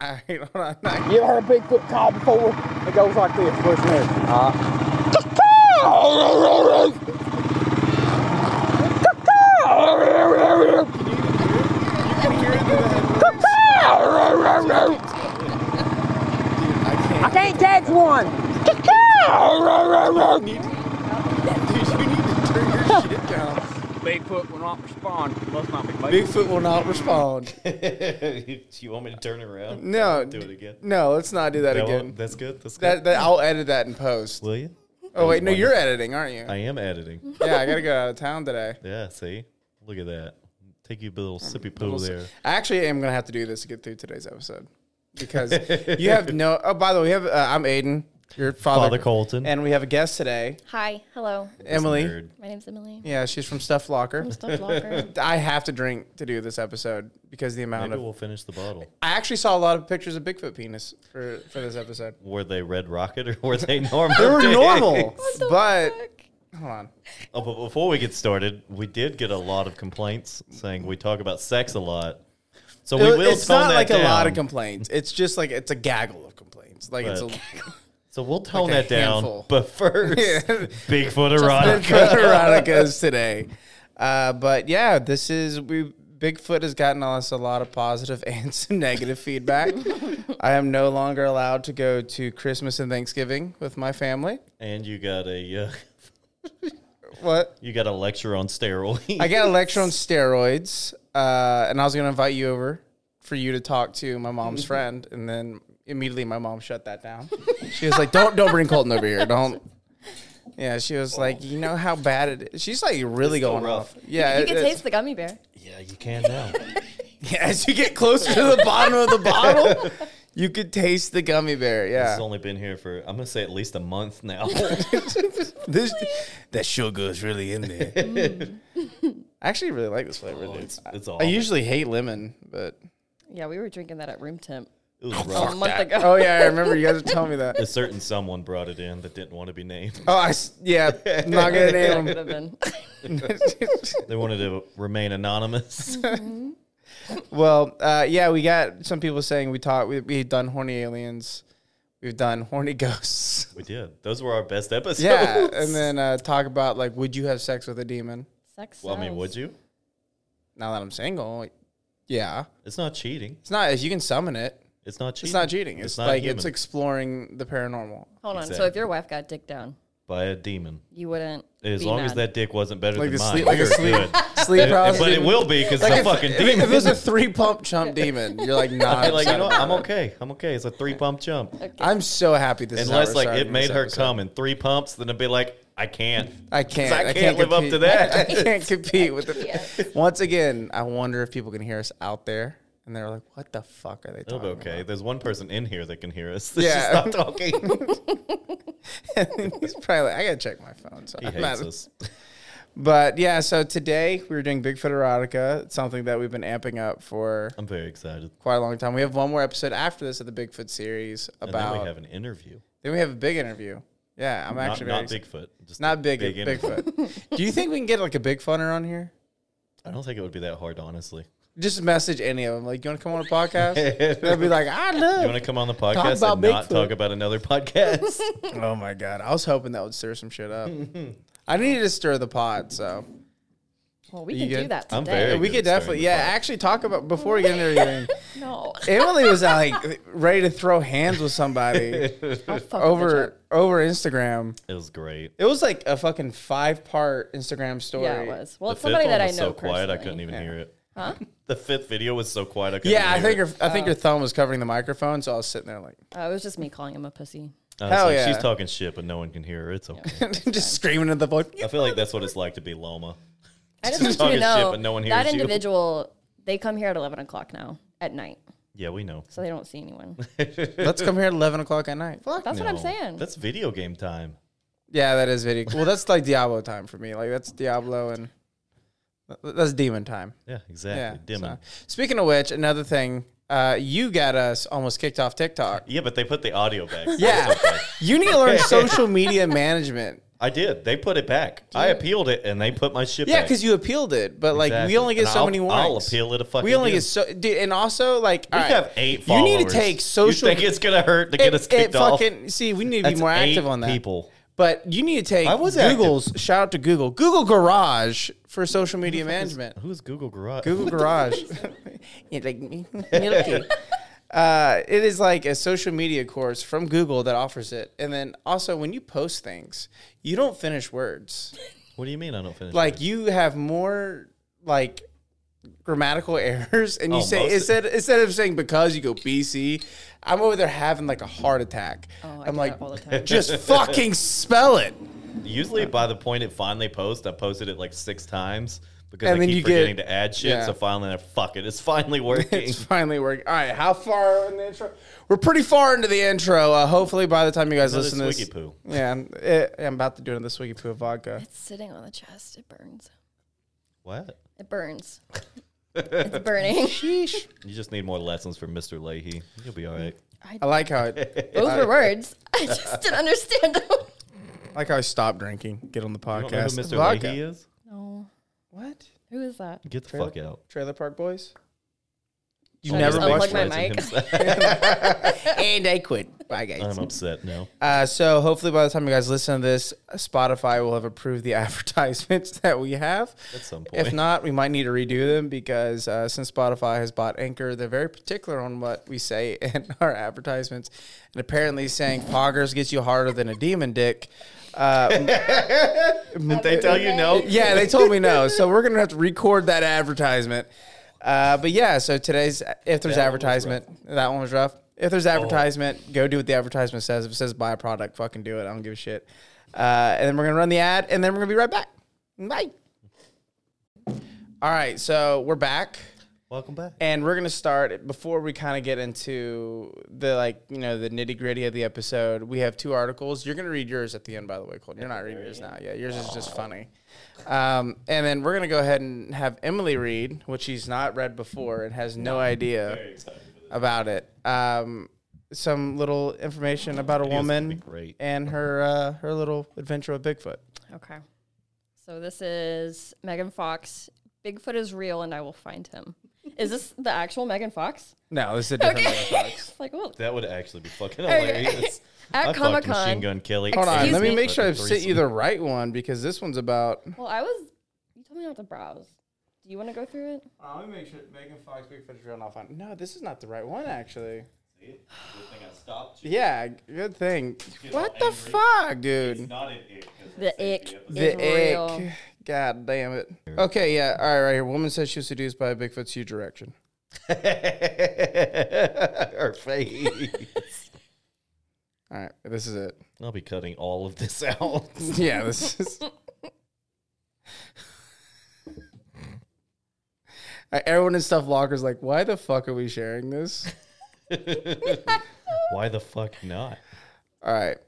I ain't on that night. You ever heard a Bigfoot call before? It goes like this. Uh, Listen here. You can hear it through the headphones. Dude, I I can't catch one. can't. Need, dude, you need to turn your shit down. Bigfoot will not respond. Must not be Bigfoot. Bigfoot will not respond. you want me to turn around? No. Do it again. No, let's not do that That one- again. That's good. That's good. That, that I'll edit that in post. Will you? Oh wait, no, Wonderful. you're editing, aren't you? I am editing. Yeah, I gotta go out of town today. Yeah. See, look at that. Take you a little Mm, sippy poo there. I actually am gonna have to do this to get through today's episode because you have no. Oh, by the way, we have. Uh, I'm Aiden, your father, Father Colton. and we have a guest today, Hi, hello. Emily. Nerd. My name's Emily. Yeah, she's from Stuff Locker. I'm a stuff locker. I have to drink to do this episode because the amount Maybe of. we'll finish the bottle. I actually saw a lot of pictures of Bigfoot penis for for this episode. Were they red rocket or were they normal? They were days? normal, but Fuck. hold on. Oh, but before we get started, we did get a lot of complaints saying we talk about sex a lot. So we will it's tone not that like down. a lot of complaints. It's just like it's a gaggle of complaints. Like it's But- a. So we'll tone like a that down. handful. But first, Yeah. Bigfoot erotica. Bigfoot eroticas today. Uh, but yeah, this is we. Bigfoot has gotten us a lot of positive and some negative feedback. I am no longer allowed to go to Christmas and Thanksgiving with my family. And you got a uh, What? you got a lecture on steroids. I got a lecture on steroids, uh, and I was going to invite you over for you to talk to my Mm-hmm. mom's friend, and then immediately my mom shut that down. She was like, "Don't, don't bring Colton over here. Don't." Yeah, she was like, "You know how bad it is." She's like really still going off. rough. Yeah, You can it- taste the gummy bear. yeah, you can now. yeah, as you get closer to the bottom of the bottle, you could taste the gummy bear. It's Yeah, only been here for I'm gonna say at least a month now. this that sugar is really in there. I actually really like this flavor. dude. Mm. Oh, it's it's all I usually hate lemon, but Yeah, we were drinking that at room temp it was a rough. month ago. oh yeah, I remember you guys were telling me that. A certain someone brought it in that didn't want to be named. Oh, I s yeah, not gonna name him. Could have been. They wanted to remain anonymous. well, uh, yeah, we got some people saying we taught we we've done horny aliens, we've done horny ghosts. we did. Those were our best episodes. Yeah, and then uh, talk about like, would you have sex with a demon? Sex. Well, I mean, sells. would you? Now that I'm single, yeah, It's not cheating. it's not if you can summon it. It's not cheating. It's not cheating. It's, not like human. it's exploring the paranormal. Hold on. So Exactly. if your wife got dick down, by a demon. you wouldn't. As be long as mad. that dick wasn't better Like than a mine, sleep- like a you're sleep- good. Sleep paralysis. but it will be because it's Like a fucking if, demon. If it was a three pump chump demon, you're like, nah, I'd I'm, be like, you know, what? sorry. I'm okay. I'm okay. It's a three pump jump. I'm so happy this is how Unless we're like starting it made this her episode. come in three pumps, then it'd be like, I can't. I can't. I can't live up compete. to that. I can't compete with the. Once again, I wonder if people can hear us out there, and they're like, "What the fuck are they It'll talking?" be okay. There's one person in here that can hear us. That's Yeah. just not talking. about?" It's probably. Like, I gotta check my phone. So he I'm hates not- us. But yeah, so today we were doing Bigfoot erotica. It's something that we've been amping up for I'm very excited. quite a long time. We have one more episode after this of the Bigfoot series And then about. we have an interview. a big interview. Yeah, I'm Not, actually not very Bigfoot. Just a not big, interview. Bigfoot. Do you think we can get like a big funner on here? I don't think it would be that hard, honestly. Just message any of them. Like, you want to come on a podcast? They'll be like, "Ah, I love. You want to come on the podcast about and not Bigfoot. talk about another podcast? Oh my god, I was hoping that would stir some shit up. I needed to stir the pot, so Well, we You can good? do that today. I'm very- we good could at stirring definitely, the yeah, pot. actually talk about before we get into everything. No. Emily was like ready to throw hands with somebody I'll fuck over over Instagram. it was great. It was like a fucking five part Instagram the story. job. Yeah, it was. Well, The it's somebody fifth one that I know. was so quiet, I personally. couldn't even Yeah. hear it. Huh? The fifth video was so quiet, I couldn't. Yeah, I even hear think your, it. I Oh. think your thumb was covering the microphone, so I was sitting there like Uh, it was just me calling him a pussy. I was Hell like, yeah. she's talking shit, but no one can hear her. It's okay. just screaming at the void. I feel like that's what it's like to be Loma. I just want you Talking to know shit, but no one that hears you. individual. They come here at eleven o'clock now at night, Yeah, we know. so they don't see anyone. Let's come here at eleven o'clock at night. That's what I'm No, saying. That's video game time. Yeah, that is video. Well, that's like Diablo time for me. Like that's Diablo and th- that's demon time. Yeah, Yeah. exactly. Dimming. so- Speaking of which, another thing, uh, you got us almost kicked off TikTok. Yeah, but they put the audio back. Yeah, you need to learn social media management. I did. They put it back. I appealed it, and they put my shit Yeah, back. because you appealed it, but like Exactly. we only get And so I'll- many warnings. I'll appeal it if fucking We only you. get so, dude, and also like we all right, have eight. You Followers. need to take social. You think it's gonna hurt to get us kicked off? fucking see. We need to be That's more eight active on that. People. But you need to take I was Google's shout out to Google, Google Garage for social media management. Who's Google Garage? Google Garage. you like me? Milky. Uh, it is like a social media course from Google that offers it. And then also, when you post things, you don't finish words. What do you mean I don't finish? Like you have more like grammatical errors, and you Oh, say most- instead instead of saying because you go BC. I'm over there having like a heart attack. Oh, I I'm do like, that all the time. just fucking spell it. Usually uh, by the point it finally posts, I posted it like six times because And I then keep you get- forgetting to add shit. yeah. So finally, I fuck it. It's finally working. It's finally working. All right, how far in the intro? We're pretty far into the intro. Uh, hopefully, by the time you guys Another listen to this, swiggy poo. yeah, I'm, eh, I'm about to do another swiggy poo of vodka. It's sitting on the chest. It burns. what? It burns. it's burning. You just need more lessons from Mr. Leahy. You'll be all right. I like how it, Those were words. I just didn't understand them. I like how I stopped drinking. Get on the You don't podcast. know who Mr. Vodka. Leahy is? No. What? Who is that? Get the Trailer- fuck out. Trailer Park Boys. You I never just unplugged watched my it. mic. and I quit. Bye guys. I'm upset now. Uh, so hopefully by the time you guys listen to this, Spotify will have approved the advertisements that we have. At some If point. not, we might need to redo them because uh, since Spotify has bought Anchor, they're very particular on what we say in our advertisements. And apparently, saying "poggers" gets you harder than a demon dick. Did they tell you no? Yeah, they told me no, so we're gonna have to record that advertisement. Uh, but yeah, so today's if there's That one was Oh. advertisement, that one was rough. If there's advertisement, go do what the advertisement says. If it says buy a product, fucking do it. I don't give a shit. Uh, and then we're gonna run the ad, and then we're gonna be right back. Bye. All right, so we're back. Welcome back. and we're gonna start before we kind of get into the like you know the nitty gritty of the episode. We have two articles. You're gonna read yours at the end, by the way, Colton. You're not reading yours now. Yeah, yours is just funny. Um, and then we're gonna go ahead and have Emily read, which she's not read before and has no idea about it. Um, some little information about a gonna be woman great. and her uh, her little adventure with Bigfoot. Okay. So this is Megan Fox. Bigfoot is real and I will find him. Is this the actual Megan Fox? No, this is a different. Okay. like, well, That would actually be fucking Okay. hilarious. At I fucked Comic-Con- Machine Gun Kelly. Hold on, Excuse let me me. make sure I've sent you Threesome. the right one because this one's about. well, I was. You told me not to browse. Do you want to go through it? Uh, let me make sure Megan Fox Bigfoot is real and I'll find. No, this is not the right one actually. Yeah, good thing. What the fuck, dude? The ick is The real. ick. God damn it. Okay, yeah. All right, right here. Woman says she was seduced by Bigfoot's huge erection. Her face. All right, this is it. I'll be cutting all of this out. Yeah, this is. All right, everyone in Stuff Locker's like, why the fuck are we sharing this? Why the fuck not? All right.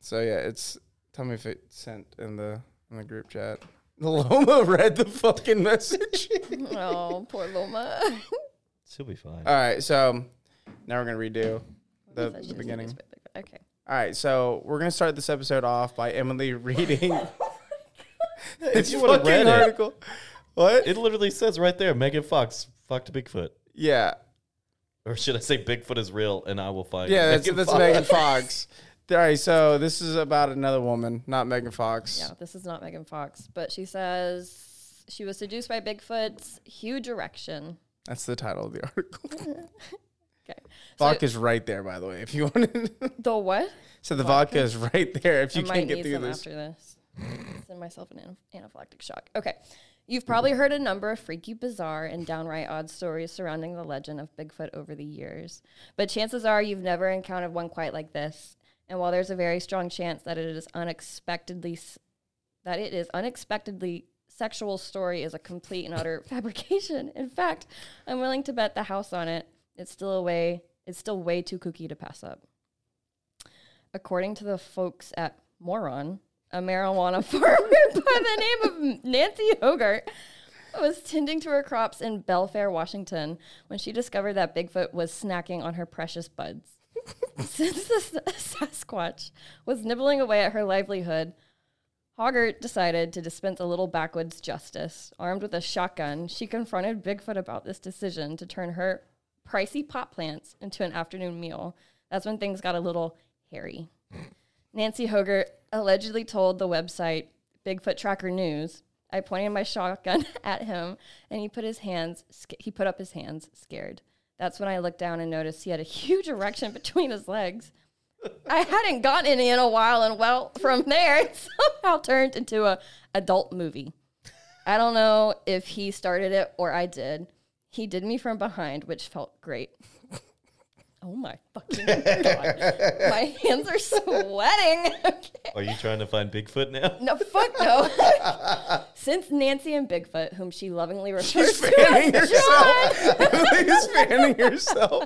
So yeah, it's tell me if it sent in the in the group chat. Loma read the fucking message. Oh, poor Loma. She'll be fine. All right, so now we're gonna redo the, Said the she was beginning. seduced by Bigfoot. Okay. All right, so we're gonna start this episode off by Emily reading this you would've fucking read it. article. What? it literally says right there, Megan Fox fucked Bigfoot. yeah, Or should I say Bigfoot is real and I will find yeah. That's Megan that's Fox. Megan Fox. All right, so this is about another woman, not Megan Fox. Yeah, this is not Megan Fox, but she says she was seduced by Bigfoot's huge erection. That's the title of the article. Okay. Vodka is right there, by the way. If you want, to. The what? so the vodka is right there. If you I might can't get need through some this, after this. Send myself an ana- anaphylactic shock. Okay. You've probably heard a number of freaky, bizarre, and downright odd stories surrounding the legend of Bigfoot over the years. But chances are you've never encountered one quite like this. And while there's a very strong chance that it is unexpectedly s- that it is unexpectedly sexual story is a complete and utter fabrication. In fact, I'm willing to bet the house on it. It's still a way it's still way too kooky to pass up according to the folks at Moron, a marijuana farmer by the name of Nancy Hogart was tending to her crops in Belfair, Washington, when she discovered that Bigfoot was snacking on her precious buds. Since the s- Sasquatch was nibbling away at her livelihood, Hoggart decided to dispense a little backwoods justice. Armed with a shotgun, she confronted Bigfoot about this decision to turn her pricey pot plants into an afternoon meal. That's when things got a little hairy. Nancy Hogart allegedly told the website Bigfoot Tracker News, "I pointed my shotgun at him, and he put his hands. sca- He put up his hands, scared. That's when I looked down and noticed he had a huge erection between his legs. I hadn't gotten any in a while, and well, from there, it somehow turned into a adult movie. I don't know if he started it or I did. He did me from behind, which felt great. Oh my fucking god! My hands are sweating. Okay. Are you trying to find Bigfoot now? No, fuck no. Since Nancy and Bigfoot, whom she lovingly refers to fanning as John. herself. Please fanning yourself.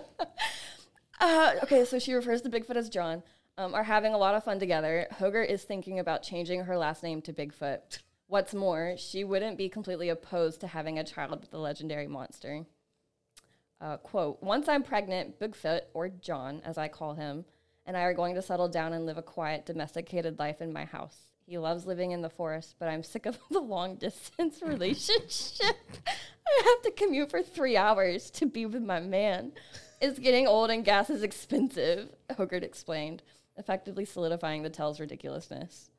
Uh, okay, so she refers to Bigfoot as John, um, are having a lot of fun together. Hoger is thinking about changing her last name to Bigfoot. What's more, she wouldn't be completely opposed to having a child with the legendary monster. Uh, quote, once I'm pregnant, Bigfoot, or John, as I call him, and I are going to settle down and live a quiet, domesticated life in my house. He loves living in the forest, but I'm sick of the long distance relationship. I have to commute for three hours to be with my man. It's getting old and gas is expensive, Hogart explained, effectively solidifying the tell's ridiculousness.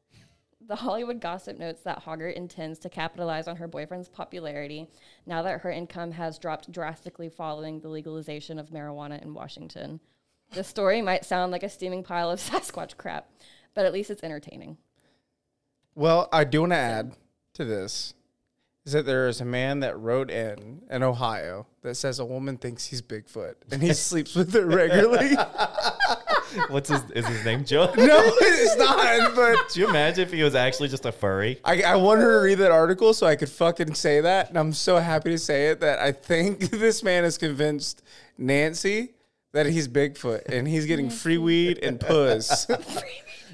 The Hollywood Gossip notes that Hoggart intends to capitalize on her boyfriend's popularity now that her income has dropped drastically following the legalization of marijuana in Washington. The story might sound like a steaming pile of Sasquatch crap, but at least it's entertaining. Well, I do want to add to this is that there is a man that wrote in in Ohio that says a woman thinks he's Bigfoot and he sleeps with her regularly. What's his is his name John? no, it's not. But Do you imagine if he was actually just a furry? I, I want her to read that article so I could fucking say that, and I'm so happy to say it that I think this man has convinced Nancy that he's Bigfoot and he's getting free weed and puss.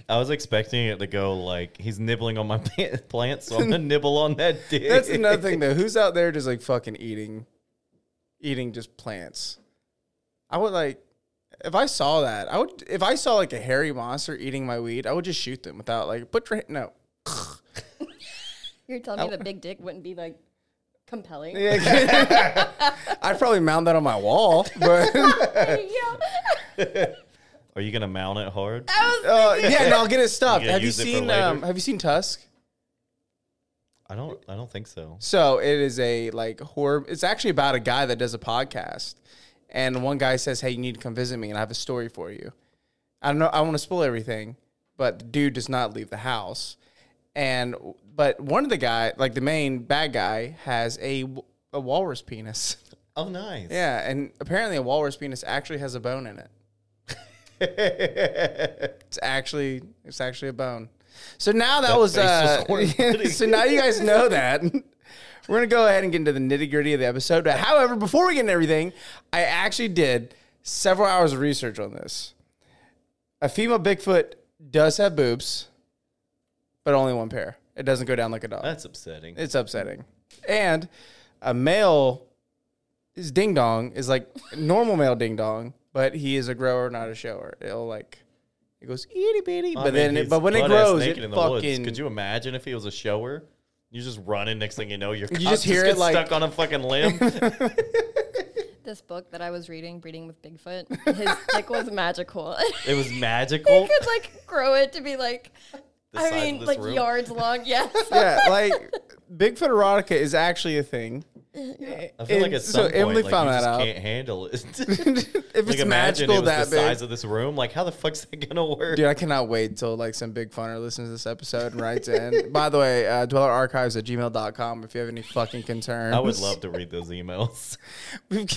I was expecting it to go like he's nibbling on my pa- plants, so I'm gonna nibble on that dick. That's another thing though. Who's out there just like fucking eating, eating just plants? I would like if I saw that. I would if I saw like a hairy monster eating my weed. I would just shoot them without like put your hand- no. You're telling me the big dick wouldn't be like compelling? Yeah. I'd probably mount that on my wall, but Are you gonna mount it hard? uh, yeah, and I'll get it stuffed. You gonna Have you use it for seen later? um, Have you seen Tusk? I don't. I don't think so. So it is a like horror. It's actually about a guy that does a podcast, and one guy says, "Hey, you need to come visit me, and I have a story for you." I don't know. I want to spoil everything, but the dude does not leave the house, and but one of the guy, like the main bad guy, has a w- a walrus penis. Oh, nice. Yeah, and apparently a walrus penis actually has a bone in it. it's actually it's actually a bone. So now that, was face uh, is horrific. so now you guys know that. We're gonna go ahead and get into the nitty gritty of the episode. But however, before we get into everything, I actually did several hours of research on this. A female Bigfoot does have boobs, but only one pair. It doesn't go down like a dog. That's upsetting. It's upsetting. And a male is ding dong is like normal male ding dong, but he is a grower, not a shower. It'll like it goes itty bitty, I but mean, then he's it, but when it butt-ass grows, it naked in the woods. fucking Could you imagine if he was a shower? You just running. Next thing you know, your just cock just hear it, gets like- stuck on a fucking limb. This book that I was reading, Breeding with Bigfoot, his dick was magical. it was You magical. could like grow it to be like, The I size of mean, this like room. yards long. Yes. yeah, like Bigfoot erotica is actually a thing. I feel like And at so some point, Emily like, found you that just out. can't handle it. if like it's imagine magical it was that the big, size of this room. Like, how the fuck's that gonna work? Dude, I cannot wait till like some big funner listens to this episode and writes in. By the way, uh, dwellerarchives at gmail.com if you have any fucking concerns. I would love to read those emails. We've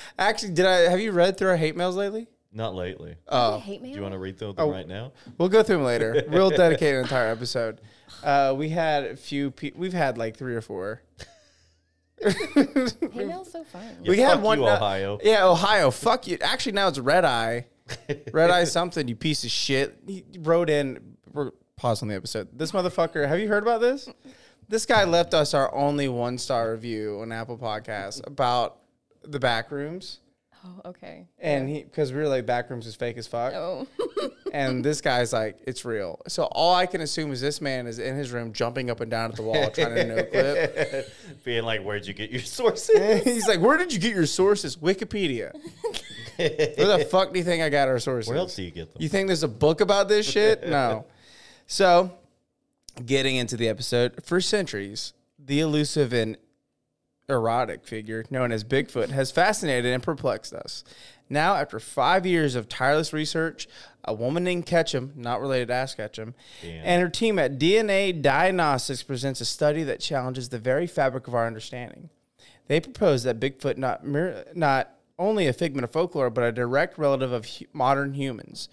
actually, did I have you read through our hate mails lately? Not lately. Uh, I hate Do mail. you want to read through oh. them right now? We'll go through them later. We'll dedicate an entire episode. Uh, we had a few. Pe- we've had like three or four. hate mail's so fun. we Yeah, had fuck one. you, uh, Ohio. yeah, Ohio. Fuck you. Actually, now it's red eye. Red eye something. You piece of shit. He wrote in. We're pause on the episode. This motherfucker, have you heard about this? This guy left us our only one star review on Apple Podcasts about the back rooms. Oh, okay. And he, because we were like, back rooms is fake as fuck. Oh, And this guy's like, it's real. So all I can assume is this man is in his room jumping up and down at the wall trying to no clip. Being like, where'd you get your sources? He's like, where did you get your sources? Wikipedia. where the fuck do you think I got our sources? Where else do you get them? You think there's a book about this shit? No. so, getting into the episode, for centuries, the elusive and erotic figure known as Bigfoot has fascinated and perplexed us. Now, after five years of tireless research, a woman named Ketchum, not related to Ash Ketchum, and her team at DNA Diagnostics presents a study that challenges the very fabric of our understanding. They propose that Bigfoot not mer- not only a figment of folklore, but a direct relative of hu- modern humans,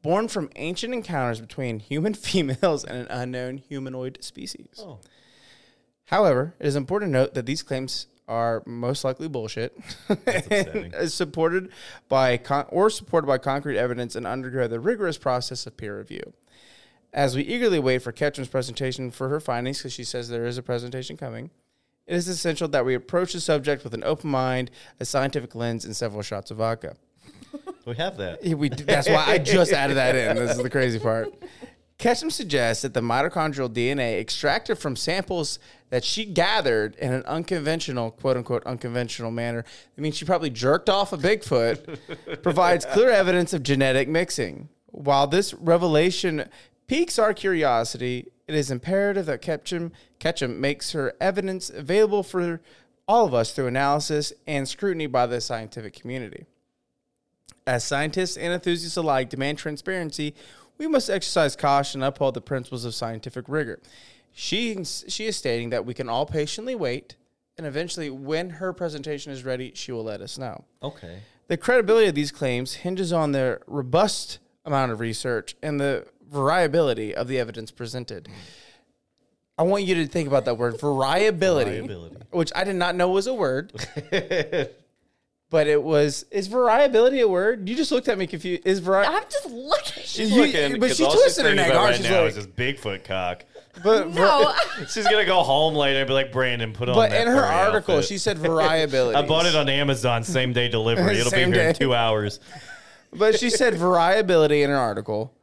born from ancient encounters between human females and an unknown humanoid species. However, it is important to note that these claims are most likely bullshit, upsetting. and is supported by con- or supported by concrete evidence and undergo the rigorous process of peer review. As we eagerly wait for Ketchum's presentation for her findings, because she says there is a presentation coming, it is essential that we approach the subject with an open mind, a scientific lens, and several shots of vodka. We have that. Yeah, We, that's why I just added that in. This is the crazy part. Ketchum suggests that the mitochondrial DNA extracted from samples that she gathered in an unconventional, quote unquote, unconventional manner, I mean, she probably jerked off a Bigfoot, provides clear evidence of genetic mixing. While this revelation piques our curiosity, it is imperative that Ketchum, Ketchum makes her evidence available for all of us through analysis and scrutiny by the scientific community. As scientists and enthusiasts alike demand transparency, we must exercise caution and uphold the principles of scientific rigor. She, she is stating that we can all patiently wait, and eventually, when her presentation is ready, she will let us know. Okay. The credibility of these claims hinges on their robust amount of research and the variability of the evidence presented. I want you to think about that word variability, Variability. which I did not know was a word. but it was is variability a word? You just looked at me confused. Is variety I'm just looking. You- but she twisted her neck. right She's now like- is this Bigfoot cock. but, No, She's gonna go home later and be like, Brandon, put on. but that in her furry article outfit." she said variability. I bought it on Amazon same day delivery. It'll be Same here day. in two hours. but she said variability in her article.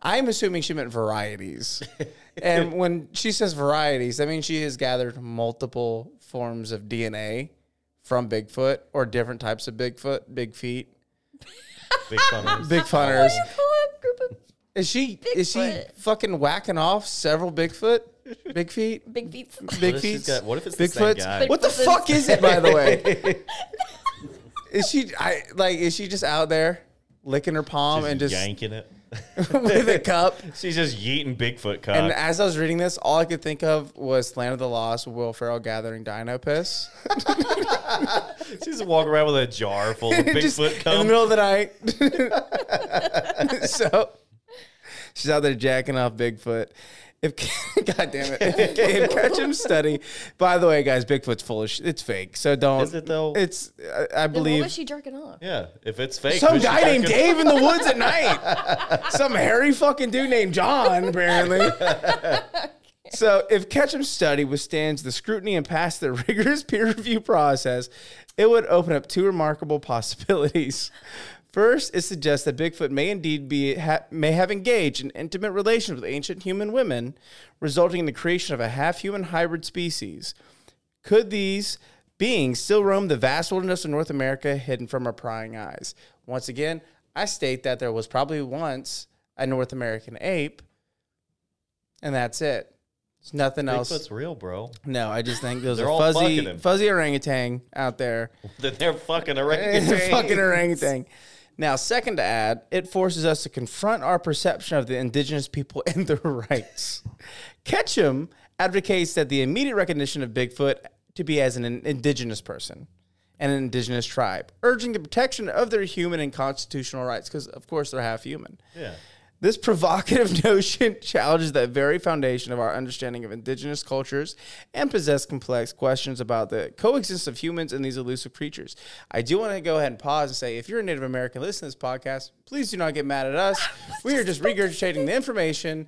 I'm assuming she meant varieties. and when she says varieties, that means she has gathered multiple forms of DNA from Bigfoot or different types of Bigfoot, big feet, Big funners. big funners. co-op group of Is she is she Bigfoot. fucking whacking off several Bigfoot, big feet, big beats. big if feet? she's got- what if it's the same Bigfoots? guy? What the Bigfoot's- fuck is it, by the way? is she I like? Is she just out there licking her palm She's and just yanking it. with a cup? She's just yeeting Bigfoot cock. And as I was reading this, all I could think of was Land of the Lost, Will Ferrell gathering dino piss. She's walking around with a jar full of Bigfoot Just in the cum. middle of the night. so she's out there jacking off Bigfoot. If God damn it, if, if Ketchum's study. By the way, guys, Bigfoot's full of shit. It's fake. So don't. Is it, though? It's. I, I What believe was she jerking off? Yeah, if it's fake. some who's she guy named jerking- Dave in the woods at night. some hairy fucking dude named John, apparently. so, if Ketchum's study withstands the scrutiny and passed the rigorous peer review process, it would open up two remarkable possibilities. First, it suggests that Bigfoot may indeed be ha, may have engaged in intimate relations with ancient human women, resulting in the creation of a half-human hybrid species. Could these beings still roam the vast wilderness of North America hidden from our prying eyes? Once again, I state that there was probably once a North American ape, and that's it. There's nothing else. Bigfoot's real, bro. No, I just think there's a They're all fucking fuzzy, him. fuzzy orangutan out there. Then they're fucking It's orangutan. a fucking orangutan. Now, second to add, it forces us to confront our perception of the indigenous people and their rights. Ketchum advocates that the immediate recognition of Bigfoot to be as an indigenous person and an indigenous tribe, urging the protection of their human and constitutional rights, because of course they're half human. Yeah. This provocative notion challenges the very foundation of our understanding of indigenous cultures and possess complex questions about the coexistence of humans and these elusive creatures. I do want to go ahead and pause and say if you're a Native American listening to this podcast, please do not get mad at us. We are just regurgitating the information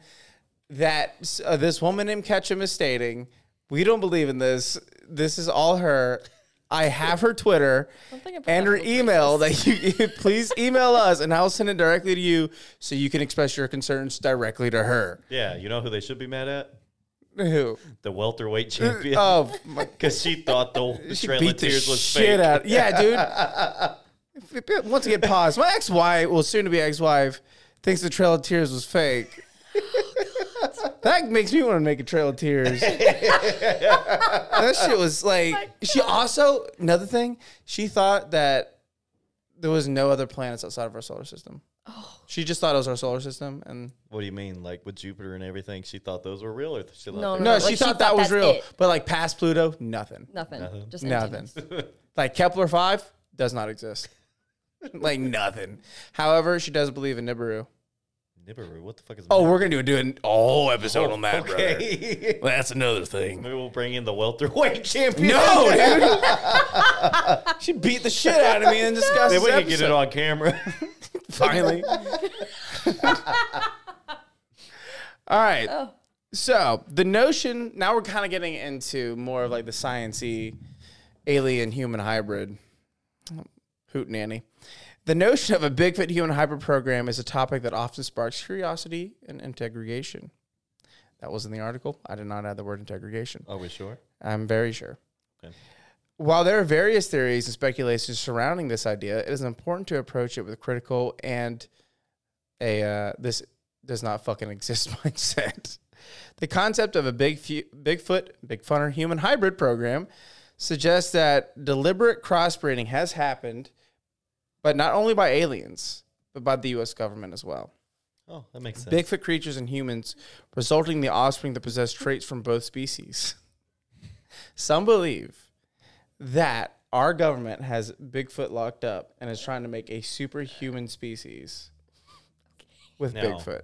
that uh, this woman named Ketchum is stating. We don't believe in this. This is all her. I have her Twitter think I put and that her in the email that you please email us and I'll send it directly to you so you can express your concerns directly to her. Yeah, you know who they should be mad at? Who? The welterweight champion. Oh, my Because she thought the She Trail beat of the Tears was shit fake. out. Yeah, dude. Once again, pause. My ex-wife, well, soon-to-be ex-wife, thinks the Trail of Tears was fake. that makes me want to make a Trail of Tears. that shit was like. she also another thing. She thought that there was no other planets outside of our solar system. Oh. She just thought it was our solar system, and What do you mean? Like with Jupiter and everything, she thought those were real, or she thought No, they no, Oh, like, she, she thought, thought that was that's real. it. But like past Pluto, nothing. Nothing. Just Nothing. emptiness. like Kepler 5 does not exist. like nothing. However, she does believe in Nibiru. Nibiru. What the fuck is? Oh, we're going to do an whole episode on that, brother. Oh, okay. That's another thing. Maybe we'll bring in the welterweight champion. No, dude. she beat the shit out of me and discussed Maybe this we can get it episode. on camera. Finally. All right. Oh. So the notion, now we're kind of getting into more of like the sciency alien human hybrid. Hoot nanny. The notion of a Bigfoot human hybrid program is a topic that often sparks curiosity and integration. That was in the article. I did not add the word integration. Are we sure? I'm very sure. Okay. While there are various theories and speculations surrounding this idea, it is important to approach it with critical and a uh, this does not fucking exist mindset. The concept of a big fu- Bigfoot, Big Funner human hybrid program suggests that deliberate crossbreeding has happened, but not only by aliens, but by the U.S. government as well. Oh, that makes sense. Bigfoot creatures and humans, resulting in the offspring that possess traits from both species. Some believe that our government has Bigfoot locked up and is trying to make a superhuman species with No. Bigfoot.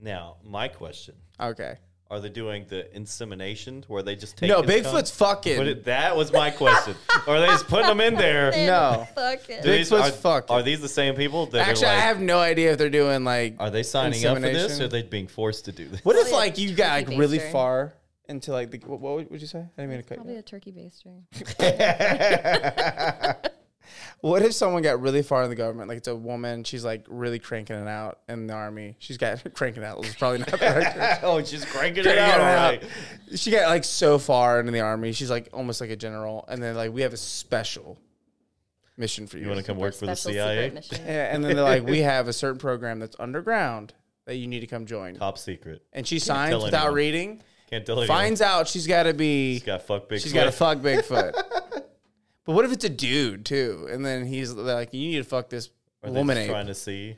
Now, my question: Okay. Are they doing the insemination where they just take no, his cum? Bigfoot's fucking. Put it- that was my question. are they just putting them in there? Nothing. No. Fuck it. Do these- Bigfoot's are, fucked. Are these the same people? That are Actually, I like- have no idea if they're doing like. Are they signing up for this, or insemination. are they being forced to do this? What if Probably a like you got like turkey really baster. far into like the what, what would you say? I didn't mean to cut you. Probably a turkey baster. What if someone got really far in the government? Like it's a woman, she's like really cranking it out in the army. She's got cranking out. It's probably not the right term. oh, she's cranking it Cranking out. it out. alright. She got like so far into the army. She's like almost like a general. And then like we have a special mission for you. You want to come work for the Special CIA? secret mission. Yeah, and then they're like, we have a certain program that's underground that you need to come join. Top secret. And she signs tell without anyone. reading. Can't tell anyone. Finds out she's got to be. She's got fuck big. She's got to fuck Bigfoot. but what if it's a dude too? And then he's like, you need to fuck this Are they woman just ape. trying to see.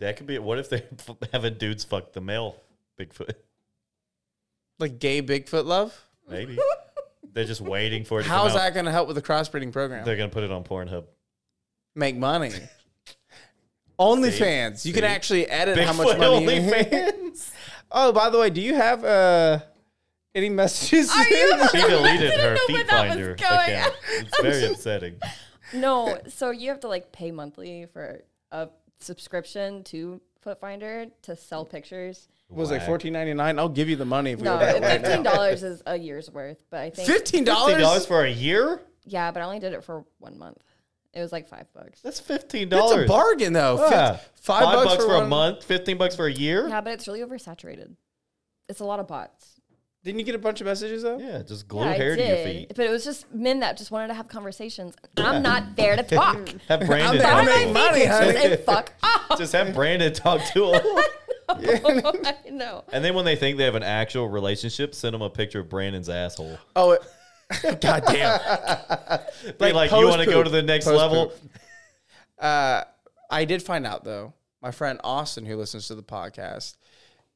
That could be. What if they having dudes fuck the male Bigfoot? like gay Bigfoot love? Maybe they're just waiting for it. To How come is out. that going to help with the crossbreeding program? They're gonna put it on Pornhub. Make money. OnlyFans. You can See? actually edit how much Bigfoot money. OnlyFans. oh, by the way, do you have uh, any messages? Are you- She deleted I her didn't know where feet that was finder going. account. It's very upsetting. No, so you have to like pay monthly for a subscription to Foot Finder to sell pictures. It was like fourteen ninety nine. I'll give you the money if we No, order it right fifteen now. dollars is a year's worth, but I think Fifteen Fifteen dollars dollars. for a year? yeah, but I only did it for one month. It was like five bucks. That's fifteen It's a dollars. bargain though. Fif- Five, bucks, for, a one- month. Fifteen bucks for a year. Yeah, but it's really oversaturated. It's a lot of bots. Didn't you get a bunch of messages though? Yeah, just glue Yeah, I hair to your did, feet. but it was just men that just wanted to have conversations. I'm not there to talk. Have Brandon there Buy to talk make my to money, money, honey. and fuck off. him. Just have Brandon talk to him. I know. And then when they think they have an actual relationship, send them a picture of Brandon's asshole. Oh, it- god damn. Like, like you post want to go poop. to the next Post level? poop. Uh, I did find out though. My friend Austin, who listens to the podcast,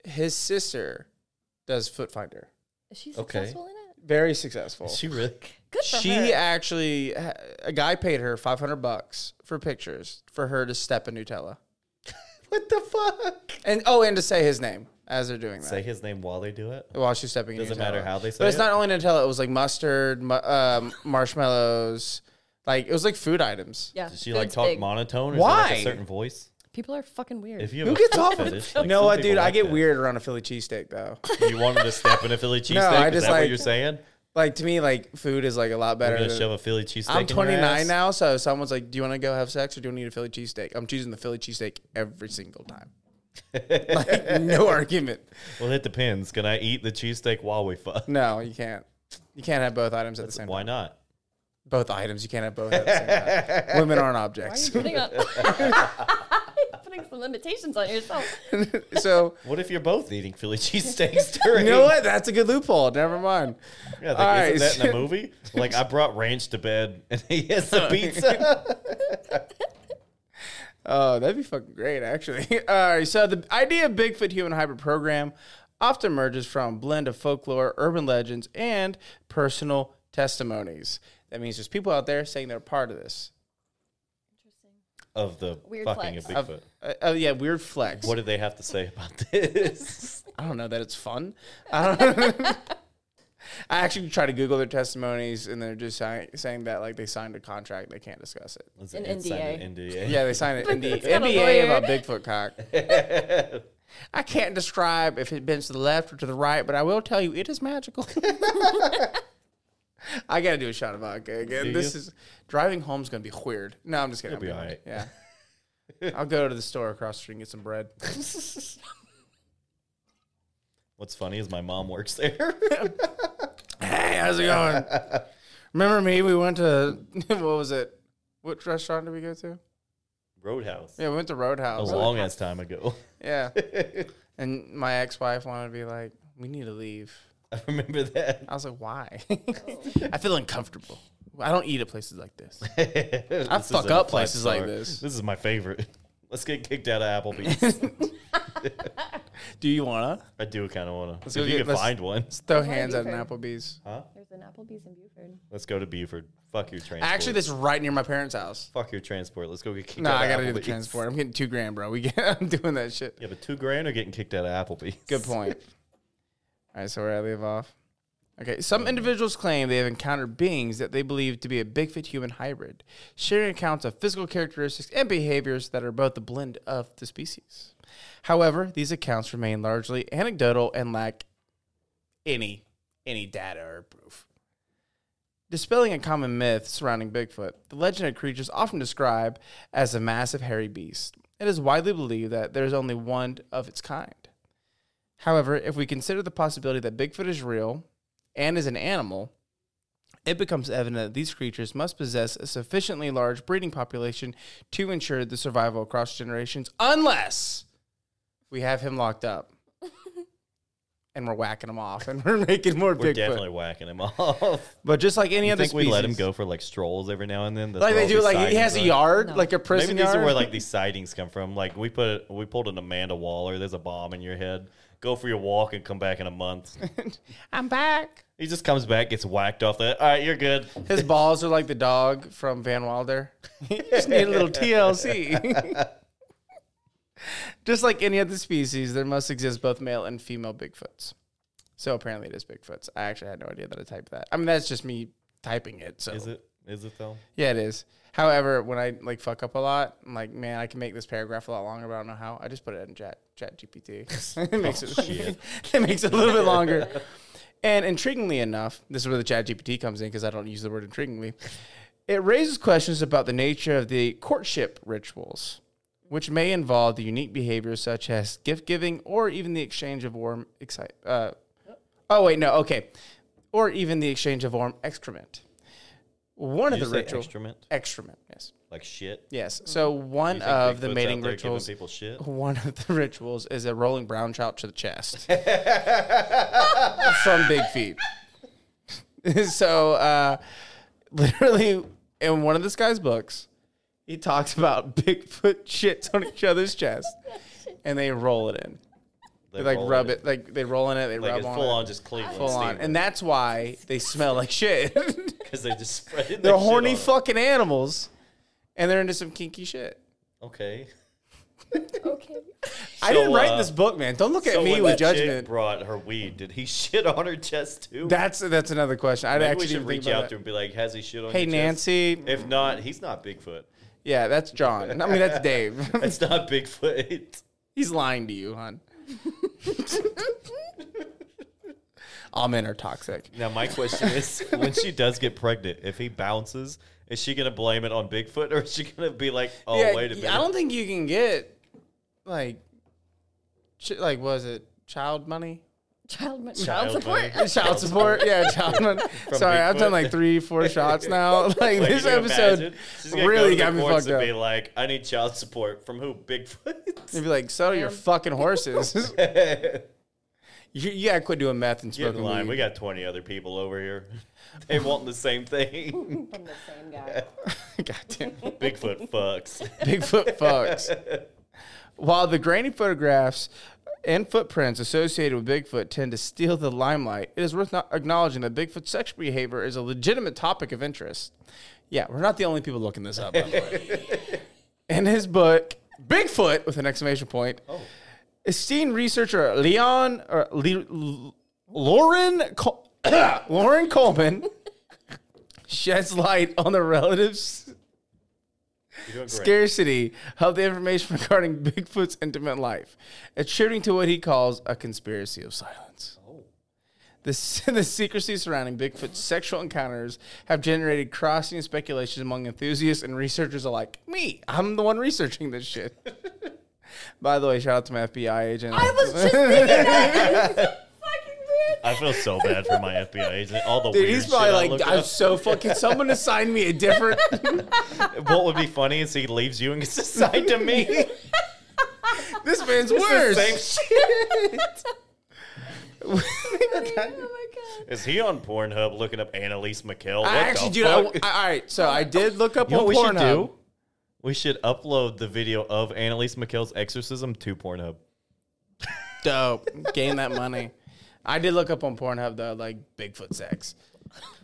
his sister does Foot Finder. Is she Okay. successful in it? Very successful. She, She really? Good for her. actually, a guy paid her five hundred bucks for pictures for her to step a Nutella, What the fuck? and oh, and to say his name as they're doing that Say his name while they do it. while she's stepping. a Doesn't Nutella. matter how they say But it's it. not only Nutella. It was like mustard, mu- um, marshmallows. Like it was like food items. yeah. Does she like food's talk big. monotone? Or Is it like Why? a certain voice? People are fucking weird. If you have Who a gets foot off? fetish, With, like, you know some what, people dude? I like get that. weird around a Philly cheesesteak though. You want them to step in a Philly cheesesteak? I Is just that like- what you're saying? Like to me, like food is like a lot You're better. gonna than- shove a Philly cheesesteak. I'm in your 29 ass? now, so someone's like, "Do you want to go have sex or do you want to eat a Philly cheesesteak?" I'm choosing the Philly cheesesteak every single time. like no argument. Well, it depends. Can I eat the cheesesteak while we fuck? No, you can't. You can't have both items at the same time. Why not? Both items. You can't have both at the same time. Women aren't Why are you objects. putting up? You're putting some limitations on yourself. so What if you're both eating Philly cheesesteaks during? you know what? That's a good loophole. Never mind. Yeah, like, All isn't right, that in a movie? Like I brought ranch to bed and he has a pizza. Oh, that'd be fucking great, actually. All right, so the idea of Bigfoot Human Hybrid Program often emerges from a blend of folklore, urban legends, and personal testimonies. That means there's people out there saying they're part of this. of the Weird fucking flex. a Bigfoot. Uh, oh yeah, weird flex. What do they have to say about this? I don't know that it's fun. I don't. I actually try to Google their testimonies, and they're just si- saying that like they signed a contract, they can't discuss it. It's An inside NDA. an NDA. Yeah, they signed an ND- kinda NDA about weird. Bigfoot cock. I can't describe if it bends to the left or to the right, but I will tell you it is magical. I gotta do a shot of vodka again. Do this you? is driving home's gonna be weird. No, I'm just kidding. You'll I'm be kidding. Yeah, I'll go to the store across the street and get some bread. What's funny is my mom works there. Hey, how's it going? Remember me? We went to what was it? Which restaurant did we go to? Roadhouse. Yeah, we went to A Roadhouse. long ass time ago. Yeah. and my ex-wife wanted to be like, "We need to leave." I remember that. I was like, "Why?" I feel uncomfortable. I don't eat at places like this. I fuck up places like this. This is my favorite. Let's get kicked out of Applebee's. Do you wanna I do kind of want to. go If you get- can let's- find one, throw wanna hands be at an fair. Applebee's? There's an Applebee's in Buford. let's go to Buford. Fuck your transport. Actually, this is right near my parents' house. fuck your transport. Let's go get kicked No, out. I of gotta do the Applebee's. transport. I'm getting two grand, bro. We get. I'm doing that shit. Yeah, but two grand or getting kicked out of Applebee's. Good point. All right, so where I leave off. Okay, some individuals claim they have encountered beings that they believe to be a Bigfoot human hybrid, sharing accounts of physical characteristics and behaviors that are both a blend of the species. However, these accounts remain largely anecdotal and lack any any data or proof. Dispelling a common myth surrounding Bigfoot, the legendary creature is often described as a massive hairy beast. It is widely believed that there is only one of its kind. However, if we consider the possibility that Bigfoot is real and is an animal, it becomes evident that these creatures must possess a sufficiently large breeding population to ensure the survival across generations, unless we have him locked up and we're whacking him off and we're making more We're Bigfoot. definitely whacking him off. But just like any I other think we let him species- go for like strolls every now and then. That's Like where they all do, these like he sightings has a are. yard, No. like a prison Maybe these yard. are where like these sightings come from. Like we put we pulled an Amanda Waller. There's a bomb in your head. Go for your walk and come back in a month. I'm back. he just comes back, gets whacked off the. All right, you're good. His balls are like the dog from Van Wilder. You just need a little TLC. Just like any other species, there must exist both male and female Bigfoots. So apparently, it is Bigfoots. I actually had no idea that I typed that. I mean, that's just me typing it. So Is it? Is it though? yeah, it is. However, when I like fuck up a lot, I'm like, man, I can make this paragraph a lot longer, but I don't know how. I just put it in chat chat GPT. it makes it shit. it makes it a little bit longer. And intriguingly enough, this is where the chat GPT comes in because I don't use the word intriguingly. It raises questions about the nature of the courtship rituals, which may involve the unique behaviors such as gift giving or even the exchange of warm excite. Uh, oh wait, no, okay, or even the exchange of warm excrement. One Did of the you say rituals, excrement? excrement, yes, Like shit. yes. So one You think of Bigfoot's uh, the out mating there giving rituals, People shit. one of the rituals is a rolling brown trout to the chest from Big Feet. so, uh, literally, in one of this guy's books, he talks about Bigfoot shits on each other's chest, and they roll it in. They, like roll rub it. like they roll in it, they Like rub it's on full it, on just Cleveland. full on, and that's why they smell like shit. because they just spread it. they're horny fucking animals, and they're into some kinky shit. Okay. Okay. I didn't So, write uh, this book, man. Don't look at So me when with that chick judgment. brought her weed. Did he shit on her chest too? That's that's another question. I'd Maybe actually we should didn't think reach about out that. to him and be like, "Has he shit on?" Hey your chest? Nancy, If not, he's not Bigfoot. Yeah, that's John. I mean, that's Dave. It's not Bigfoot. He's lying to you, hon. All men are toxic. Now my question is, when she does get pregnant, if he bounces, is she gonna blame it on Bigfoot, or is she gonna be like, "Oh, yeah, wait a minute"? I don't think you can get like, ch- like was it child money? Child, child, Child child support. money. Child support, yeah, child money. Sorry, I've done Bigfoot. like three, four shots now. Like, Like, this can you episode imagine? She's gonna go really to the got me courts fucked and up. Be like, "I need child support from who? Bigfoot." They'd be like, "Settle your fucking horses." you, you gotta quit doing meth and Get in smoking line. weed. We got twenty other people over here. They want the same thing. From the same guy. Goddamn. Bigfoot fucks. Bigfoot fucks. While the grainy photographs and footprints associated with Bigfoot tend to steal the limelight, it is worth not acknowledging that Bigfoot's sexual behavior is a legitimate topic of interest. Yeah, we're not the only people looking this up. By the way. In his book, Bigfoot with an exclamation point, esteemed researcher Leon or Le- L- Lauren Col- Lauren Coleman sheds light on the relatives You're doing great. scarcity of the information regarding Bigfoot's intimate life, attributing to what he calls a conspiracy of silence. Oh. The, s- the secrecy surrounding Bigfoot's sexual encounters have generated crossing speculations among enthusiasts and researchers alike. Me, I'm the one researching this shit. By the way, shout out to my FBI agent. I was just thinking that. It's so fucking weird. I feel so bad for my FBI agent. All the Dude, weird he's probably shit I like, looked I'm up." so fucking. Someone assign me a different. What would be funny is he leaves you and gets assigned to me. this man's It's the worse. same shit. Oh my god. Is he on Pornhub looking up Annalise McKell? What I actually, the dude. I, fuck? all right, so I did look up You know on what we should Pornhub. do? We should upload the video of Annalise McKell's exorcism to Pornhub. Dope. Gain that money. I did look up on Pornhub though, like Bigfoot sex.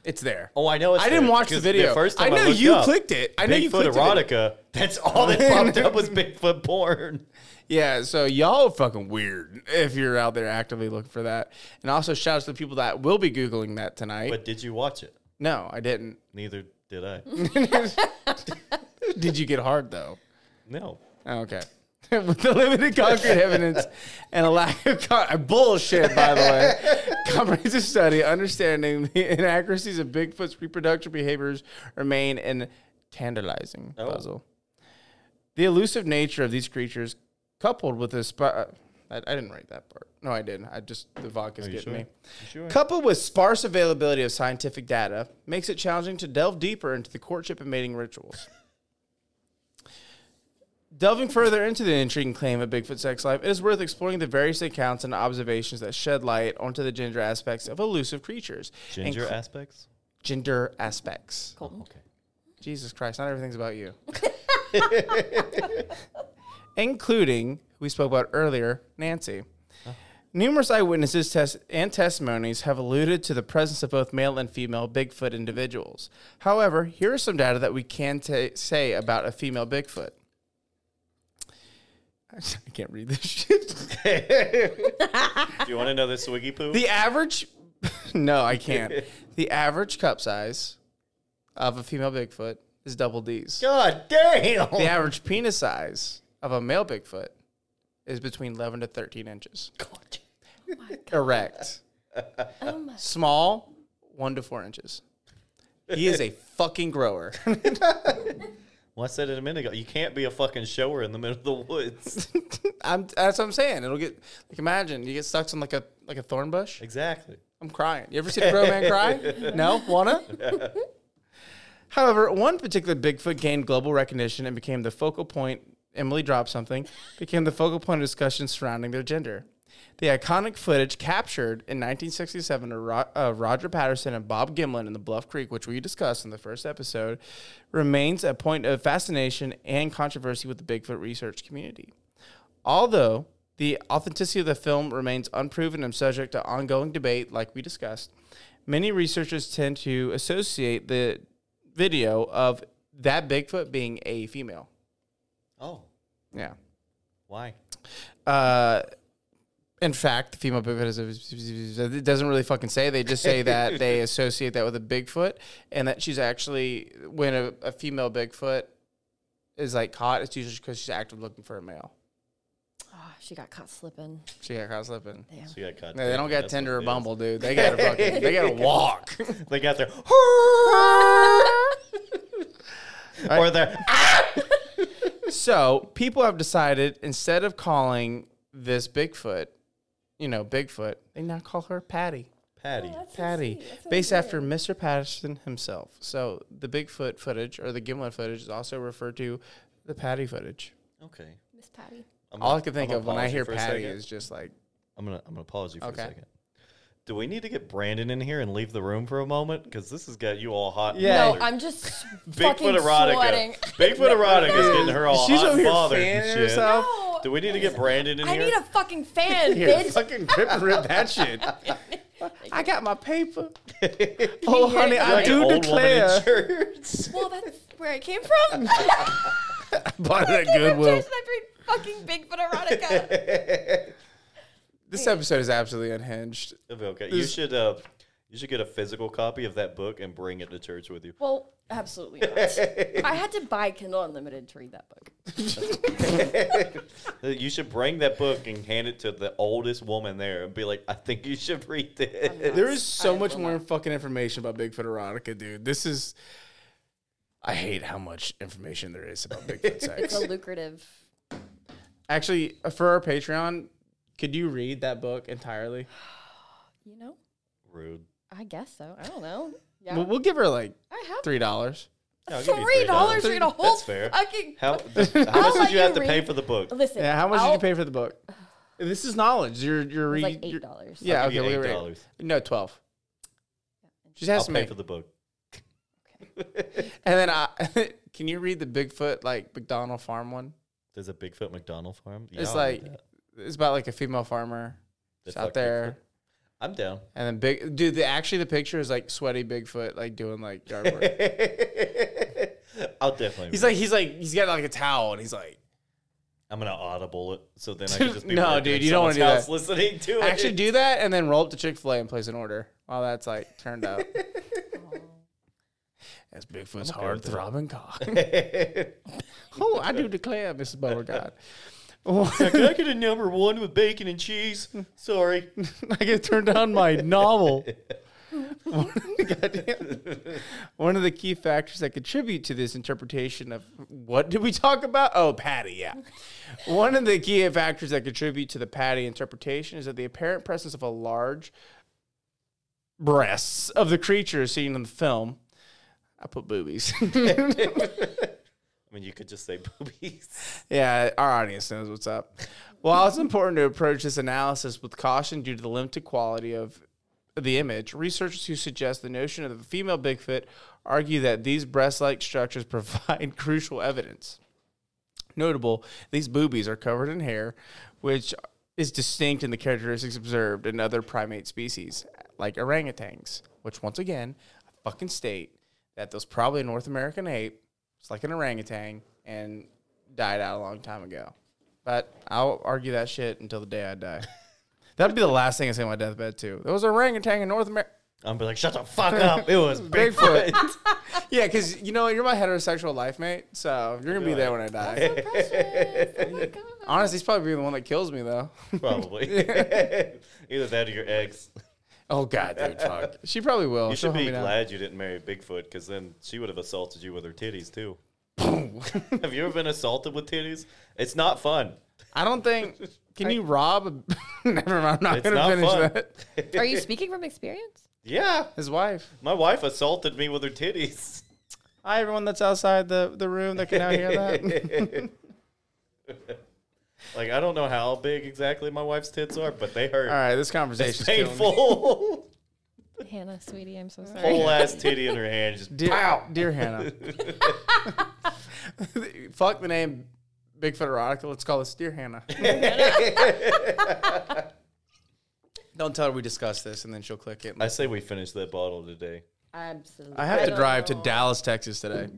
It's there. Oh, I know. It's I didn't there, watch the 'cause video. first I time know looked you up, clicked it. I know you Bigfoot clicked it. erotica. That's all that popped up was Bigfoot porn. Yeah, so y'all are fucking weird if you're out there actively looking for that. And also shout out to the people that will be Googling that tonight. But did you watch it? no, I didn't. Neither did I. Did you get hard though? No. Oh, Okay. With the limited concrete evidence and a lack of con- bullshit, by the way, comprehensive study understanding the inaccuracies of Bigfoot's reproductive behaviors remain an tantalizing Oh. puzzle. The elusive nature of these creatures, coupled with the spa- I, I didn't write that part. No, I didn't. I just the vodka's you getting sure? me. sure? Coupled with sparse availability of scientific data, makes it challenging to delve deeper into the courtship and mating rituals. Delving further into the intriguing claim of Bigfoot sex life, it is worth exploring the various accounts and observations that shed light onto the gender aspects of elusive creatures. and Ginger cl- aspects? gender aspects. Okay. Jesus Christ, not everything's about you. Including, we spoke about earlier, Nancy. Numerous eyewitnesses tes- and testimonies have alluded to the presence of both male and female Bigfoot individuals. However, here is some data that we can ta say about a female Bigfoot. I can't read this shit. Do you want to know this swiggy poo? The average, no, I can't. The average cup size of a female Bigfoot is double D's. God damn. The average penis size of a male Bigfoot is between 11 to 13 inches. Erect. Oh my. Small, 1 to 4 inches. He is a fucking grower. Well, I said it a minute ago. You can't be a fucking shower in the middle of the woods. I'm, that's what I'm saying. It'll get like imagine you get stuck on like a like a thorn bush. exactly. I'm crying. You ever seen a grown man cry? No? Wanna? However, one particular Bigfoot gained global recognition and became the focal point. Emily dropped something, became the focal point of discussion surrounding their gender. The iconic footage captured in 1967 of Ro- of Roger Patterson and Bob Gimlin in the Bluff Creek, which we discussed in the first episode, remains a point of fascination and controversy with the Bigfoot research community. Although the authenticity of the film remains unproven and subject to ongoing debate, like we discussed, many researchers tend to associate the video of that Bigfoot being a female. Oh, Yeah. why? Uh, in fact, the female Bigfoot is a, it doesn't really fucking say. They just say that they associate that with a Bigfoot, and that she's actually when a, a female Bigfoot is like caught, it's usually because she's actively looking for a male. Ah, she got caught slipping. She got caught slipping. Damn. So you got caught. No, they don't taking got this Tinder or one, Bumble, dude. They gotta fucking, they gotta walk. dude. They got their or Right? their so people have decided instead of calling this Bigfoot, you know, Bigfoot, they now call her Patty. Patty. Patty, based after Mr. Patterson himself. So the Bigfoot footage or the Gimlet footage is also referred to the Patty footage. Okay. Miss Patty. I'm All gonna- I can think I'm gonna of when I pause you hear for a Patty second. is just like, I'm gonna I'm gonna pause you for Okay. a second. Do we need to get Brandon in here and leave the room for a moment? Because this has got you all hot. and Yeah. No, bothered. I'm just fucking Bigfoot erotica. sweating. Bigfoot erotica is getting her all she's hot over and here bothered and fanning shit. herself. No, Do we need to get Brandon in I here? need a fucking fan, Here, bitch. fucking grip and rip that shit. I got my paper. oh, hear honey, it? I Like do old woman in declare. church. Well, that's where I came from. Bought it at I came from Goodwill. church and I played fucking Bigfoot erotica. This episode is absolutely unhinged. Okay, you should uh, you should get a physical copy of that book and bring it to church with you. well, absolutely not. I had to buy Kindle Unlimited to read that book. Uh, You should bring that book and hand it to the oldest woman there and be like, "I think you should read this." There is so I much will more fucking information about Bigfoot erotica, dude. This is. I hate how much information there is about Bigfoot sex. It's a lucrative. Actually, uh, for our Patreon, could you read that book entirely? You know, Rude. I guess so. I don't know. Yeah, We'll, we'll give her like I have three dollars. No, I'll give you three dollars $3. read a whole That's fair. fucking. How, how I'll much let did you have you to pay read- for the book? Listen, Yeah, how much I'll, did you pay for the book? This is knowledge. You're you're It was reading. like eight dollars. Yeah, I'll okay, give you we were eight. $8. No, twelve. She I'll has to pay make. for the book. and then I, can you read the Bigfoot like McDonald Farm one? There's a Bigfoot McDonald farm. Yeah, it's I'll read like that. it's about like a female farmer That's that's out like there, Bigfoot. I'm down. and then big dude. The, actually, the picture is like sweaty Bigfoot like doing like yard work. I'll definitely. he's read like he's like he's got like a towel and he's like. it. I'm gonna audible it, so then I can just be No, working dude, at you don't wanna someone's do that. house Listening to it. Actually, do that and then roll up to Chick Fil A and place an order. While that's like turned up. That's Bigfoot's okay hard with that. throbbing cock. oh, I do declare, Mrs. Beauregard. Can I get a number one with bacon and cheese? Sorry. I get turned on my novel. Goddamn. One of the key factors that contribute to this interpretation of what did we talk about? Oh, Patty, yeah. One of the key factors that contribute to the Patty interpretation is that the apparent presence of a large breasts of the creature seen in the film. I put boobies. I mean, you could just say boobies. Yeah, our audience knows what's up. While it's important to approach this analysis with caution due to the limited quality of the image, researchers who suggest the notion of the female Bigfoot argue that these breast like structures provide crucial evidence. Notable, these boobies are covered in hair, which is distinct in the characteristics observed in other primate species, like orangutans, which once again, I fucking state that there's probably a North American ape, it's like an orangutan, and died out a long time ago. But I'll argue that shit until the day I die. That'd be the last thing I say on my deathbed too. There was an orangutan in North America. I'm be like, shut the fuck up. It was Bigfoot. Bigfoot. yeah, because you know you're my heterosexual life mate, so you're gonna be there when I die. So precious. Oh my god. Honestly, he's probably the one that kills me though. Probably. Either that or your ex. oh god, dude, fuck. She probably will. You She'll should hunt be me down. glad you didn't marry Bigfoot because then she would have assaulted you with her titties too. have you ever been assaulted with titties? It's not fun. I don't think. Can you rob? a- Never mind. I'm not It's gonna not finish fun. that. Are you speaking from experience? Yeah. His wife. My wife assaulted me with her titties. Hi, everyone that's outside the, the room that can now hear that. Like, I don't know how big exactly my wife's tits are, but they hurt. All right, this conversation's killing It's me. painful. Hannah, sweetie, I'm so sorry. Oh. Whole ass titty in her hand. Just Dear, dear Hannah. Fuck the name Bigfoot Erotica. Let's call this Dear Hannah. Don't tell her we discussed this and then she'll click it. I say we finish that bottle today. Absolutely. I have to don't drive to know. Dallas, Texas today.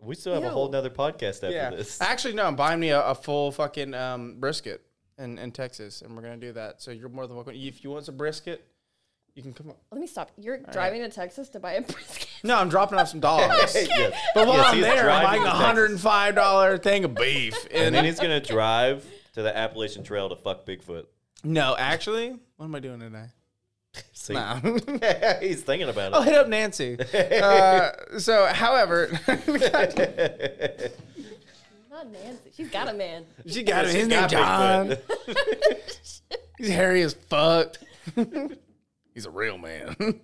We still have a whole nother podcast after this. Actually, no, I'm buying me a, a full fucking um, brisket in, in Texas and we're going to do that. So you're more than welcome. If you want some brisket, you can come up. Let me stop. You're driving to Texas to buy a brisket. No, I'm dropping off some dollars. Yes. But while Yes, I'm he's there, I'm driving buying to a Texas. hundred and five dollar thing of beef. And And then he's gonna drive to the Appalachian Trail to fuck Bigfoot. no, actually, what am I doing today? See, Nah. Oh, he's thinking about it. I'll hit up Nancy. Uh, so, however, Not Nancy. She's got a man. she got him. He's His name got John. Bigfoot. He's hairy as fuck. He's a real man.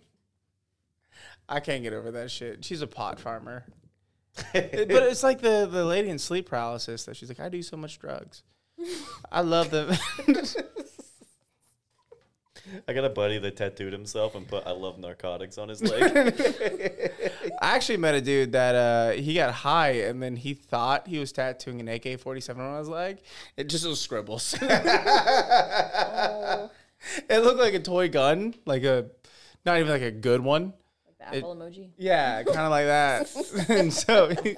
I can't get over that shit. She's a pot farmer. It- but it's like the, the lady in sleep paralysis that she's like, I do so much drugs. I love the I got a buddy that tattooed himself and put "I love narcotics" on his leg. I actually met a dude that uh, he got high and then he thought he was tattooing an AK 47 on his leg. It just was scribbles. Oh. It looked like a toy gun, like a, not even like a good one. Like the apple emoji. Yeah, kind of like that. and so, he-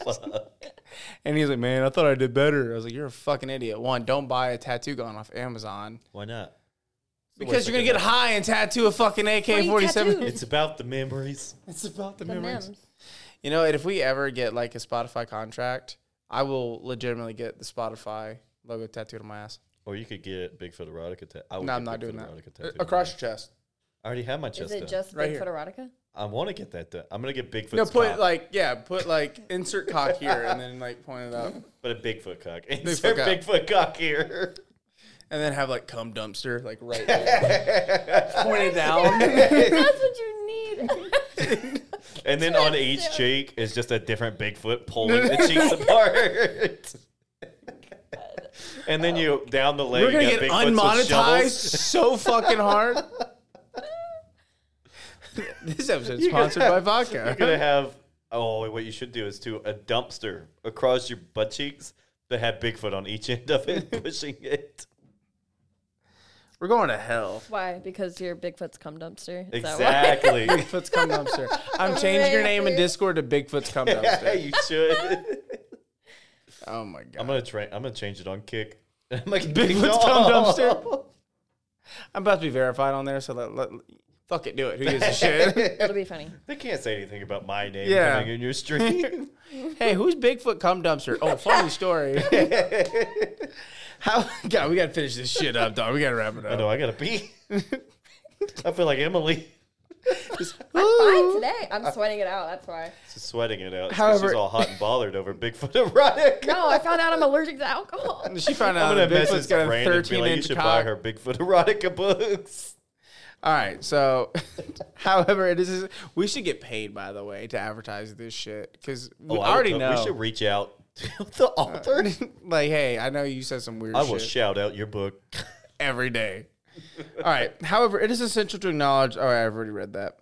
and he's like, man, I thought I did better. I was like, you're a fucking idiot. One, don't buy a tattoo gun off Amazon Why not? because you're going to get high and tattoo a fucking AK 47. tattoos. It's about the memories. It's about the The memories. Nems. You know, and if we ever get like a Spotify contract, I will legitimately get the Spotify logo tattooed on my ass. Or you could get Bigfoot erotica tattoo. No, I'm not doing that. Uh, Across your chest. I already have my Is chest. it done. just Right Bigfoot here. erotica? I want to get that done. I'm gonna get Bigfoot. No, put like yeah, put like insert cock here, and then like point it up, and But a Bigfoot cock. Insert cock. Bigfoot cock here. then have like cum dumpster like right there. pointed down. That's what you need. And then on each cheek is just a different Bigfoot pulling the cheeks apart. and then you down the leg. We're gonna you get got Bigfoots with shovels. unmonetized so fucking hard. this episode's sponsored by vodka. You're gonna have oh, what you should do is to a dumpster across your butt cheeks that have Bigfoot on each end of it pushing it. We're going to hell. Why? Because your Bigfoot's cum dumpster. Is that why? Exactly. Bigfoot's cum dumpster. I'm changing your name in Discord to Bigfoot's cum yeah, dumpster. you should. Oh my god. I'm gonna train. I'm gonna change it on kick. I'm like Bigfoot's cum dumpster. I'm about to be verified on there, so let, let, fuck it, do it. Who gives a shit? It'll be funny. They can't say anything about my name Yeah. coming in your stream. hey, who's Bigfoot cum dumpster? Oh, funny story. How God, we gotta finish this shit up, dog. We gotta wrap it I up. know I gotta pee. I feel like Emily Fine Ooh. today. I'm sweating it out. That's why. is sweating it out. However, she's However- all hot and bothered over Bigfoot erotic. No, I found out I'm allergic to alcohol. She found I'm out gonna that message Bigfoot's got a Brandon and be 13 like, you inch should cock. buy her Bigfoot erotica books. All right, so however it is, we should get paid by the way to advertise this shit because we Oh, I would already love- know. We should reach out to the author. like, hey, I know you said some weird I shit will shout out your book. every day. All right. However, it is essential to acknowledge. Oh, I've already read that.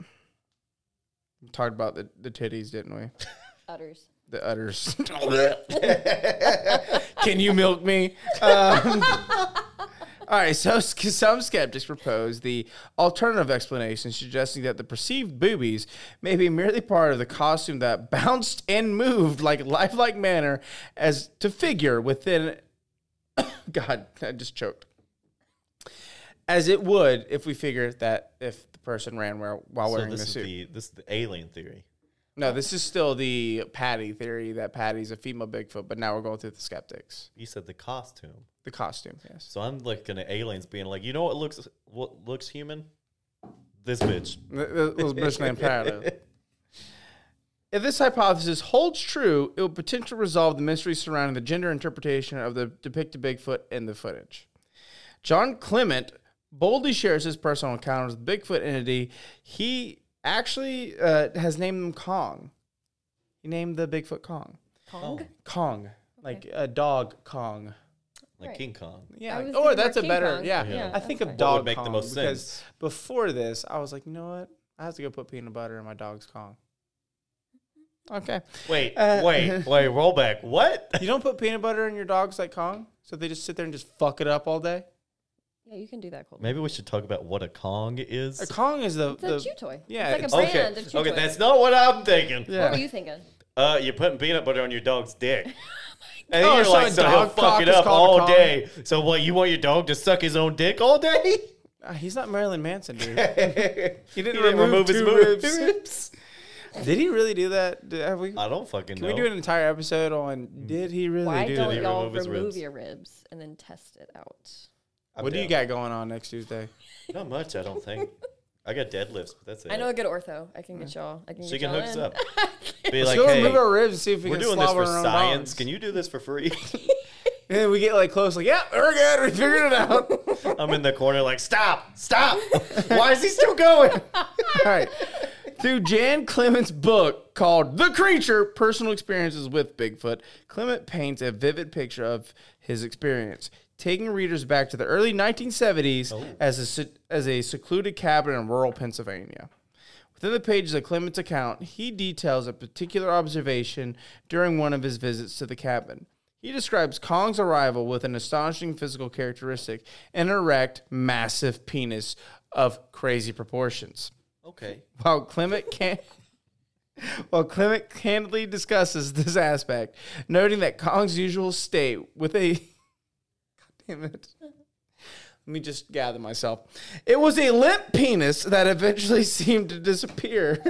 We talked about the, the titties, didn't we? Utters. The udders. Can you milk me? Um, all right. So s- some skeptics propose the alternative explanation, suggesting that the perceived boobies may be merely part of the costume that bounced and moved like lifelike manner as to figure within. God, I just choked as it would if we figured that if the person ran where, while So wearing this the is suit. the this is the alien theory. no, this is still the Patty theory that Patty's a female Bigfoot, but now we're going through the skeptics. You said the costume. The costume, yes. So I'm looking at aliens being like, you know what looks what looks human? This bitch. Little bitch named Patty. If this hypothesis holds true, it will potentially resolve the mystery surrounding the gender interpretation of the depicted Bigfoot in the footage. John Clement boldly shares his personal encounters with Bigfoot entity. He actually uh, has named them Kong. He named the Bigfoot Kong. Oh. Kong? Kong, like a dog Kong. Like Right. King Kong. Yeah. I was like- or thinking that's a more King better. Kong. Yeah. Yeah, I that's think of fine. dog would make the Kong most because sense? before this, I was like, you know what? I have to go put peanut butter in my dog's Kong. Okay. Wait, Uh, wait, wait, roll back. What? You don't put peanut butter in your dog's like Kong, so they just sit there and just fuck it up all day. Yeah, you can do that, Colby. Maybe we should talk about what a Kong is. A Kong is the It's a the chew toy. yeah, It's like a it's- brand okay. of chew Okay, toy. that's not what I'm thinking. What yeah. were you thinking? Uh, you're putting peanut butter on your dog's dick. And Oh, you're so like, a so he'll dog fuck cock it is up called a all Kong? day. So what? You want your dog to suck his own dick all day? Uh, he's not Marilyn Manson, dude. he didn't remove his two moves. ribs. Did he really do that? Did, have we? I don't fucking Can know. Mm. we do an entire episode on did he really Why do don't that? y'all remove his remove ribs. your ribs and then test it out? What do you got going on next Tuesday? Not much, I don't think. I got deadlifts, but that's it. I know a good ortho. I can get y'all. I can She get can y'all hook us in. up. Be Let's like, go hey, remove our ribs and see if we we're can doing this slobber for our own science. bones. Can you do this for free? And then we get like close, like, yeah, we're good. We figured it out. All I'm in the corner like, stop, stop. Why is he still going? right. Through Jan Clement's book called The Creature Personal Experiences with Bigfoot, Clement paints a vivid picture of his experience, taking readers back to the early 1970s as, a, se- as a secluded cabin in rural Pennsylvania. Within the pages of Clement's account, he details a particular observation during one of his visits to the cabin. He describes Kong's arrival with an astonishing physical characteristic an erect, massive penis of crazy proportions. Okay. While Clement can while Clement candidly discusses this aspect, noting that Kong's usual state with a God damn it. Let me just gather myself. It was a limp penis that eventually seemed to disappear.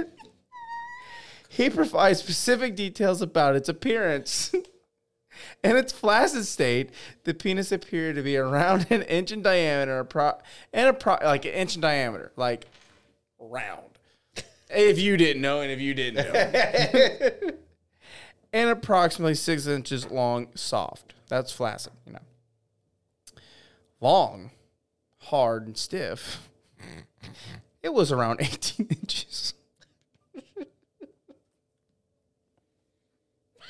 he provides specific details about its appearance. In its flaccid state, the penis appeared to be around an inch in diameter, appro- and a like an inch in diameter, like round. If you didn't know, and if you didn't know. and approximately six inches long, soft. That's flaccid, you know. Long, hard, and stiff. It was around 18 inches.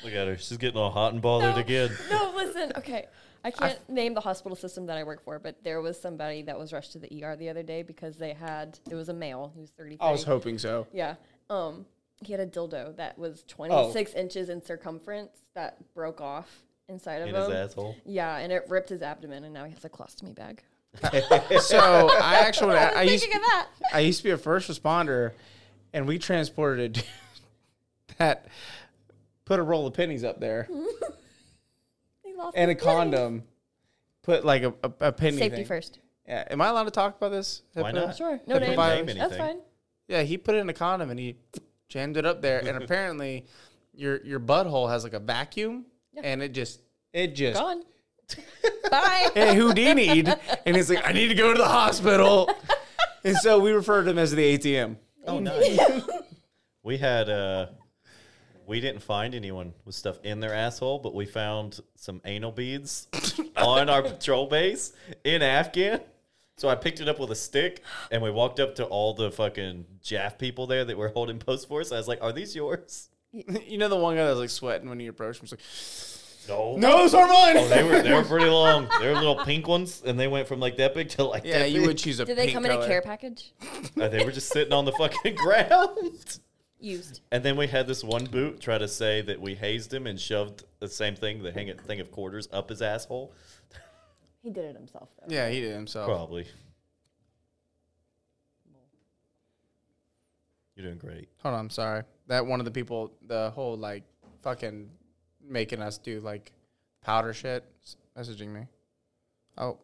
Look at her. She's getting all hot and bothered again. No, listen. Okay. I can't name the hospital system that I work for, but there was somebody that was rushed to the ER the other day because they had it was a male. He was 33. Oh, I was hoping so. Yeah. Um, he had a dildo that Oh. was 26 inches in circumference that broke off inside of In him. his asshole. Yeah, and it ripped his abdomen, and now he has a colostomy bag. So I actually, I, I was used, thinking of that. I used to be a first responder, and we transported a dude that put a roll of pennies up there Mm-hmm. He lost and a his pennies. condom. Put like a, a, a penny. Safety thing. first. Yeah. Am I allowed to talk about this? Why Hypno? not? Sure. No name. providers. Name That's fine. anything. Yeah, he put it in a condom and he jammed it up there, and apparently, your your butthole has like a vacuum, and it just it just Gone. Bye. and Houdini'd, and he's like, I need to go to the hospital, and so we referred to him as the ATM. Oh, nice. we had, uh, we didn't find anyone with stuff in their asshole, but we found some anal beads on our patrol base in Afghan. So I picked it up with a stick and we walked up to all the fucking Jaff people there that were holding post for us. I was like, are these yours? You know the one guy that was like sweating when he approached him, he's like, No. No, those are mine. Oh, they were they were pretty long. They were little pink ones, and they went from like that big to like yeah, that you big. would choose a. Did they pink come in a color. care package? Uh, they were just sitting on the fucking ground. Used. And then we had this one boot try to say that we hazed him and shoved the same thing, the hang- thing of quarters, up his asshole. He did it himself though. Yeah, he did himself. Probably. You're doing great. Hold on, I'm sorry. That one of the people, the whole like fucking making us do like powder shit, is messaging me. Oh,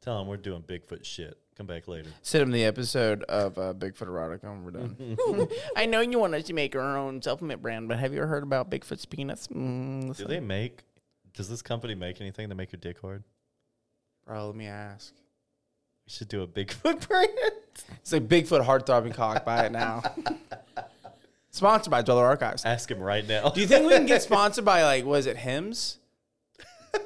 Tell him we're doing Bigfoot shit. Come back later. send him the episode of uh, Bigfoot Erotica and we're done. I know you want us to make our own supplement brand, but have you ever heard about Bigfoot's peanuts? Mm, Do they make? Does this company make anything to make your dick hard? bro, let me ask. We should do a Bigfoot brand. It's like Bigfoot heart throbbing cock. Buy it now. Sponsored by Dweller Archives. Ask him right now. Do you think we can get sponsored by like was it Hims?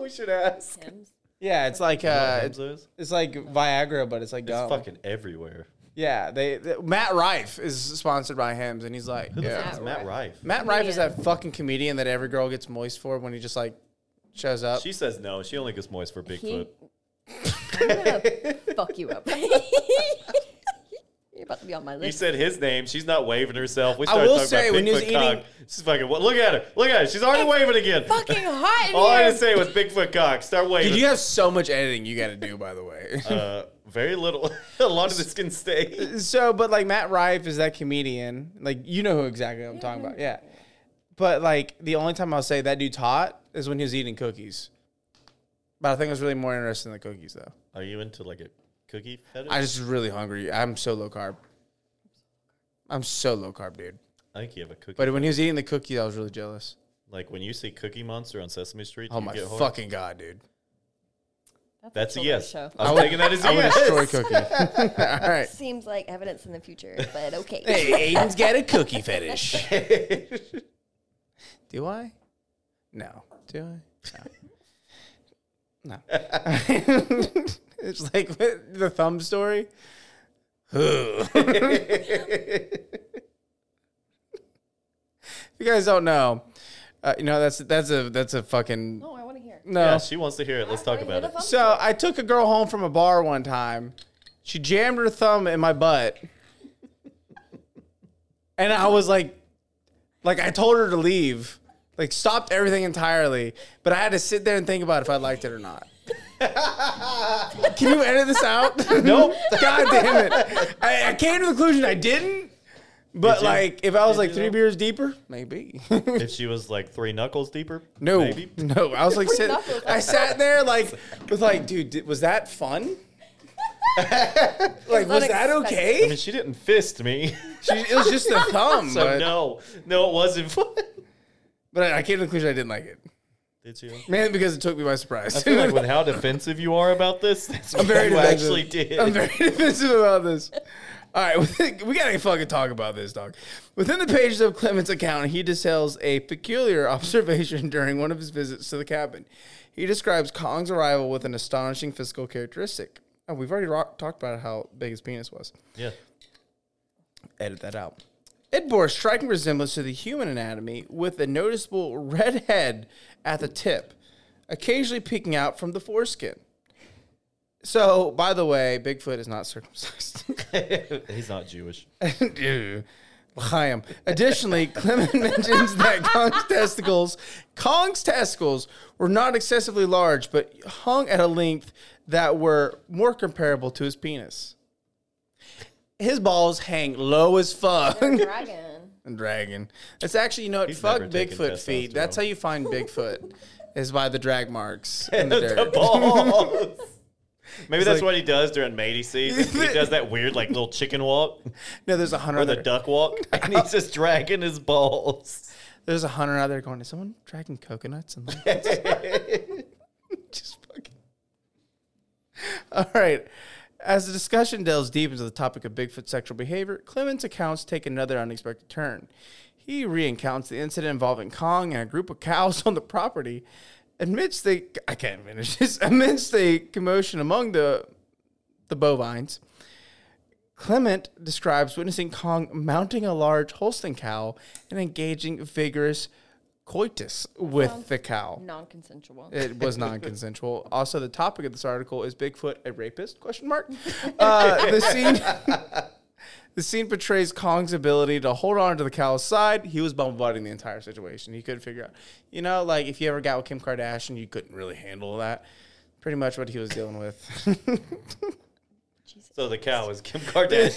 we should ask? Tim's. Yeah, it's like uh, it's, it's it's like Viagra, but it's like gum. fucking everywhere. Yeah, they, they- Matt Rife is sponsored by Hims, and he's like, Who the yeah. fuck is Matt Rife? Matt Rife is that fucking comedian that every girl gets moist for when he just like shows up. She says no. She only gets moist for Bigfoot. fuck you up. You're about to be on my He list. said his name. She's not waving herself. We started will talking say, about when he Bigfoot was cock. eating- She's fucking. What? Look at her. Look at her. She's already waving again. fucking hot in Oh, All I here. had to say was Bigfoot cock. Start waving. Dude, you have so much editing you got to do, by the way. uh, very little. a lot of this can stay. so, but like Matt Rife is that comedian. Like you know who exactly I'm talking about. Yeah. But like the only time I'll say that dude's hot is when he was eating cookies. But I think I was really more interested in the cookies though. Are you into like a cookie fetish? I just really hungry. I'm so low carb. I'm so low carb, dude. I think you have a cookie. But when he was eating the cookie, I was really jealous. like when you see Cookie Monster on Sesame Street, Oh you my get hard. fucking god, dude! That's a children's yes. Show. I was taking that as a I would yes. destroy cookie. All right. Seems like evidence in the future, but okay. Hey, Aiden's got a cookie fetish. do I? No. Do I? No. No. it's like with the thumb story. if you guys don't know, uh, you know that's that's a that's a fucking No, I want to hear. no. Yeah, she wants to hear it. Let's talk Wait, about who it. the fuck- So I took a girl home from a bar one time. She jammed her thumb in my butt. And I was like, like I told her to leave. Like stopped everything entirely. But I had to sit there and think about if I liked it or not. Can you edit this out? Nope. God damn it. I, I came to the conclusion I didn't. But Did you? like if I was Did like you three though? beers deeper, maybe. If she was like three knuckles deeper, No, maybe. no. I was like, sit, knuckles. I sat there like, was like, dude, did, was that fun? like, was that Unexpected. I okay? mean, she didn't fist me, She, it was just a thumb, so but, no, no, it wasn't fun. but I came to the conclusion I didn't like it, Did you? mainly because it took me by surprise. I feel like with how defensive you are about this, that's what very you defensive. actually did. I'm very defensive about this. All right, we- we gotta fucking talk about this, dog. Within the pages of Clement's account, he details a peculiar observation during one of his visits to the cabin. He describes Kong's arrival with an astonishing physical characteristic. Oh, we've already ro- talked about how big his penis was. yeah. Edit that out. It bore a striking resemblance to the human anatomy, with a noticeable red head at the tip, occasionally peeking out from the foreskin. So, by the way, Bigfoot is not circumcised. He's not Jewish. Ew. I am. Additionally, Clement mentions that Kong's testicles, Kong's testicles were not excessively large, but hung at a length that were more comparable to his penis. His balls hang low as fuck. Dragon. Dragon. That's actually, you know, what? He's fuck never taken Bigfoot feet. testosterone. That's how you find Bigfoot, is by the drag marks in the the dirt. balls. Maybe that's like- what he does during mating season. He does that weird, like, little chicken walk No, there's a hunter. or out the there. duck walk, and he's just dragging his balls. There's a hunter out there going, is someone dragging coconuts and lemons? Just fucking. All right. As the discussion delves deep into the topic of Bigfoot sexual behavior, Clement's accounts take another unexpected turn. He recounts the incident involving Kong and a group of cows on the property. Amidst the I can't finish this. Amidst the commotion among the the bovines, Clement describes witnessing Kong mounting a large Holstein cow and engaging vigorous coitus with the cow. Non-consensual. It was non-consensual. also, the topic of this article is Bigfoot a rapist? Question mark. Uh, the scene. The scene portrays Kong's ability to hold on to the cow's side. He was bumbling the entire situation. He couldn't figure out, you know, like if you ever got with Kim Kardashian, you couldn't really handle that. Pretty much what he was dealing with. So the cow is Kim Kardashian.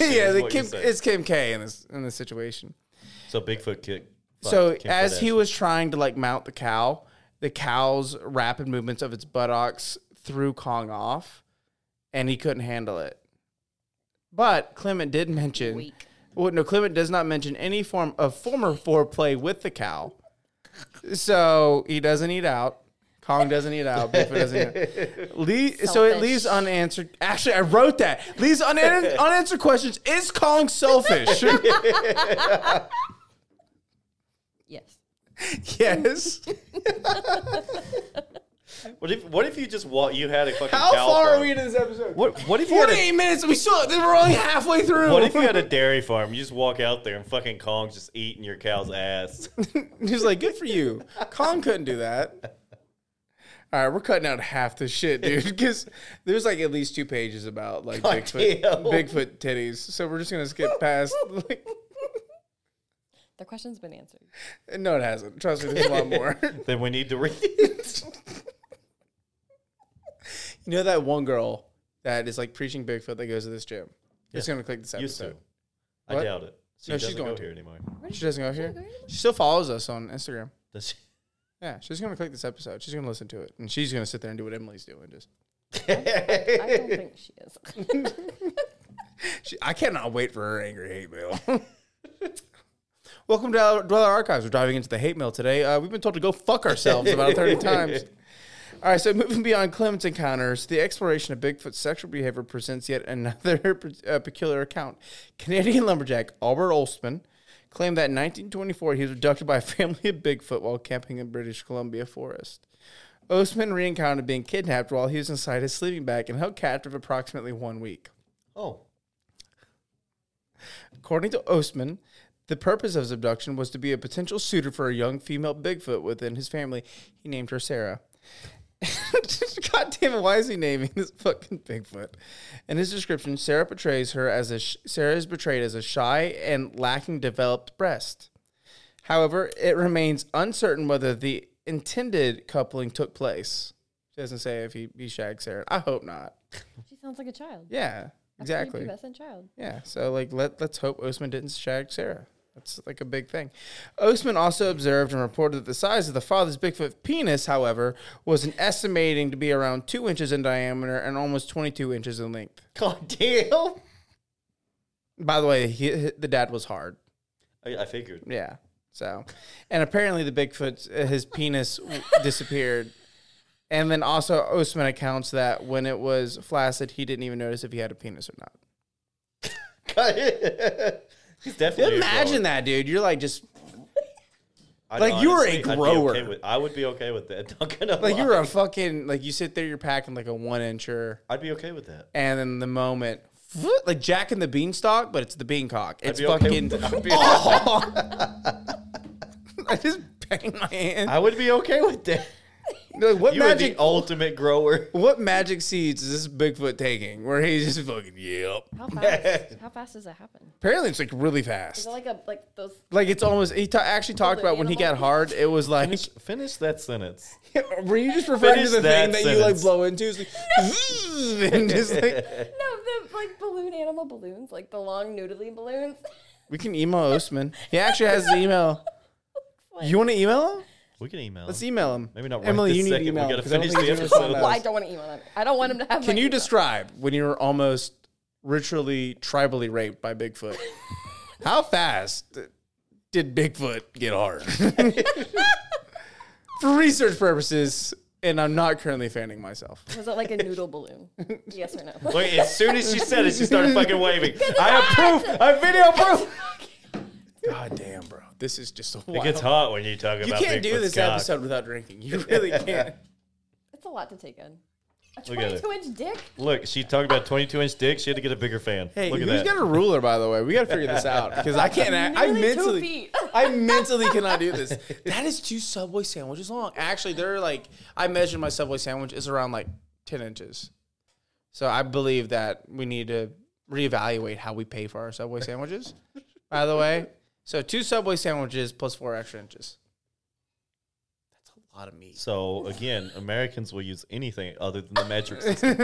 yeah, is the what you Kim, said. it's Kim K in this in this situation. so Bigfoot kick. fucked so Kim as he Kardashian. was trying to like mount the cow, the cow's rapid movements of its buttocks threw Kong off, and he couldn't handle it. But Clement did mention. Weak. Well, no, Clement does not mention any form of former foreplay with the cow. So he doesn't eat out. Kong doesn't eat out. Bigfoot doesn't eat out. Le- so it Selfish. leaves unanswered. Actually, I wrote that. Leaves unan- unanswered questions. Is Kong selfish? Yes. yes. What if what if you just walk? You had a fucking How cow far farm? are we in this episode? What what if you had 48 a, minutes. We still we're only halfway through. what if you had a dairy farm? You just walk out there and fucking Kong's just eating your cow's ass. He's like, good for you. Kong couldn't do that. All right, we're cutting out half the shit, dude, because there's like at least two pages about like God Bigfoot, damn. Bigfoot titties. So we're just gonna skip past. Like, The question's been answered. no, it hasn't. Trust me, there's a lot more. you then we need to read. it. know that one girl that is like preaching Bigfoot that goes to this gym. It's gonna click this Used to. episode. I What? doubt it. She No, she's doesn't going go to. here anymore. She doesn't go here. She still follows us on Instagram. Does she? Yeah, she's gonna click this episode. She's gonna listen to it, and she's gonna sit there and do what Emily's doing. Just I don't think she is. She, I cannot wait for her angry hate mail. Welcome to Dweller Dweller Archives. We're diving into the hate mail today. Uh, we've been told to go fuck ourselves about 30 times. All right, so moving beyond Clements encounters, the exploration of Bigfoot's sexual behavior presents yet another pe- uh, peculiar account. Canadian lumberjack Albert Olstman claimed that in 1924 he was abducted by a family of Bigfoot while camping in British Columbia forest. Olstman re-encountered being kidnapped while he was inside his sleeping bag and held captive approximately one week. Oh, According to Ostman, the purpose of his abduction was to be a potential suitor for a young female Bigfoot within his family. He named her Sarah. God damn it, why is he naming this fucking Bigfoot? In his description, Sarah portrays her as a sh- Sarah is portrayed as a shy and lacking developed breast. However, it remains uncertain whether the intended coupling took place. She doesn't say if he, he shagged Sarah. I hope not. She sounds like a child. Yeah, exactly. Prepubescent child. Yeah, so like let let's hope Osman didn't shag Sarah. That's like a big thing. Osman also observed and reported that the size of the father's Bigfoot penis, however, was an estimating to be around two inches in diameter and almost twenty-two inches in length. god damn! By the way, he, the dad was hard. I, I figured. Yeah. So, and apparently the Bigfoot, uh, his penis w- disappeared. And then also Osman accounts that when it was flaccid, he didn't even notice if he had a penis or not. He's definitely. Imagine that, dude. You're like just that. like, you're a grower. with, I would be okay with that. Not gonna Like lie. you're a fucking like you sit there, you're packing like a one incher, I'd be okay with that. and then the moment, like Jack and the Beanstalk, but it's the beancock. It's be okay fucking. Oh! with that. I'd be- I just bang my hand. I would be okay with that. Like, what You are the magic? ultimate grower. What magic seeds is this Bigfoot taking? Where he's just fucking yep. How fast? how fast does it happen? Apparently, it's like really Is fast. it like a like those? Like it's almost. He ta- actually talked about when he got animal? hard. It was like. Finish, finish that sentence. were you just referring to Finish the thing that that you like sentence. blow into? It's like, and just like No, the like balloon animal balloons, like the long noodly balloons. we can email Osman. He actually has the email. You want to email him? We can email. Let's email him. Maybe not right Emily, this you need second. to We email. gotta 'cause I don't finish think the he's episode. responded. well, I don't want to email him. I don't want him to have. Can my you email. describe when you were almost ritually tribally raped by Bigfoot? How fast did Bigfoot get hard? For research purposes, and I'm not currently fanning myself. Was it like a noodle balloon? yes or no? Wait, as soon as she said it, she started fucking waving. I approve. I have video proof. God damn, bro. This is just a It wild. gets hot when you talk you about. can't do Bigfoot's this cock. episode without drinking. You really can't. It's a lot to take in. A Look at it. 22 inch dick. Look, she talked about 22 inch dick. She had to get a bigger fan. Hey, Look who's at that. got a ruler, by the way? We got to figure this out because I can't. act- I Nearly two mentally, feet. I mentally cannot do this. That is two Subway sandwiches long. Actually, they're like I measured my Subway sandwich is around like ten inches. So I believe that we need to reevaluate how we pay for our Subway sandwiches. by the way, so two Subway sandwiches plus four extra inches. That's a lot of meat. So again, Americans will use anything other than the metric system.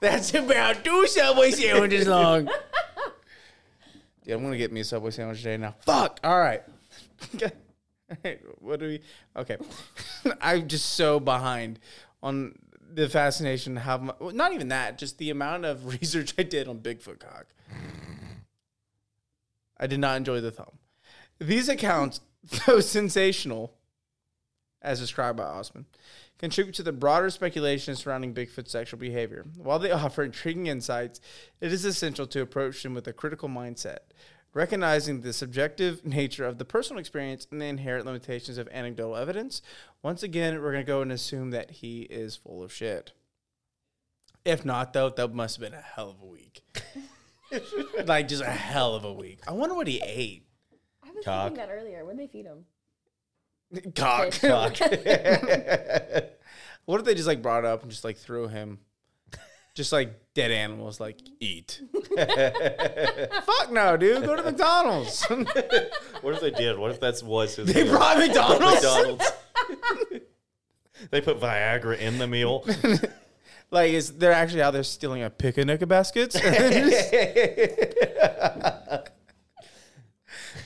That's about two Subway sandwiches long. Dude, I'm gonna get me a Subway sandwich today now. Fuck. All right. Okay. All right. What do we? Okay. I'm just so behind on the fascination. How mu- well, not even that. Just the amount of research I did on Bigfoot cock. I did not enjoy the thumb. These accounts, though sensational, as described by Osman, contribute to the broader speculation surrounding Bigfoot's sexual behavior. While they offer intriguing insights, it is essential to approach them with a critical mindset, recognizing the subjective nature of the personal experience and the inherent limitations of anecdotal evidence. Once again, we're going to go and assume that he is full of shit. If not, though, that must have been a hell of a week. like, just a hell of a week. I wonder what he ate. I was Cock. thinking that earlier. When they feed him, Cock. Cock. What if they just like brought up and just like threw him, just like dead animals, like eat? Fuck no, dude. Go to McDonald's. what if they did? What if that was his they meal? brought McDonald's. McDonald's? they put Viagra in the meal. Like, is they're actually out there stealing a picnic baskets? And then just-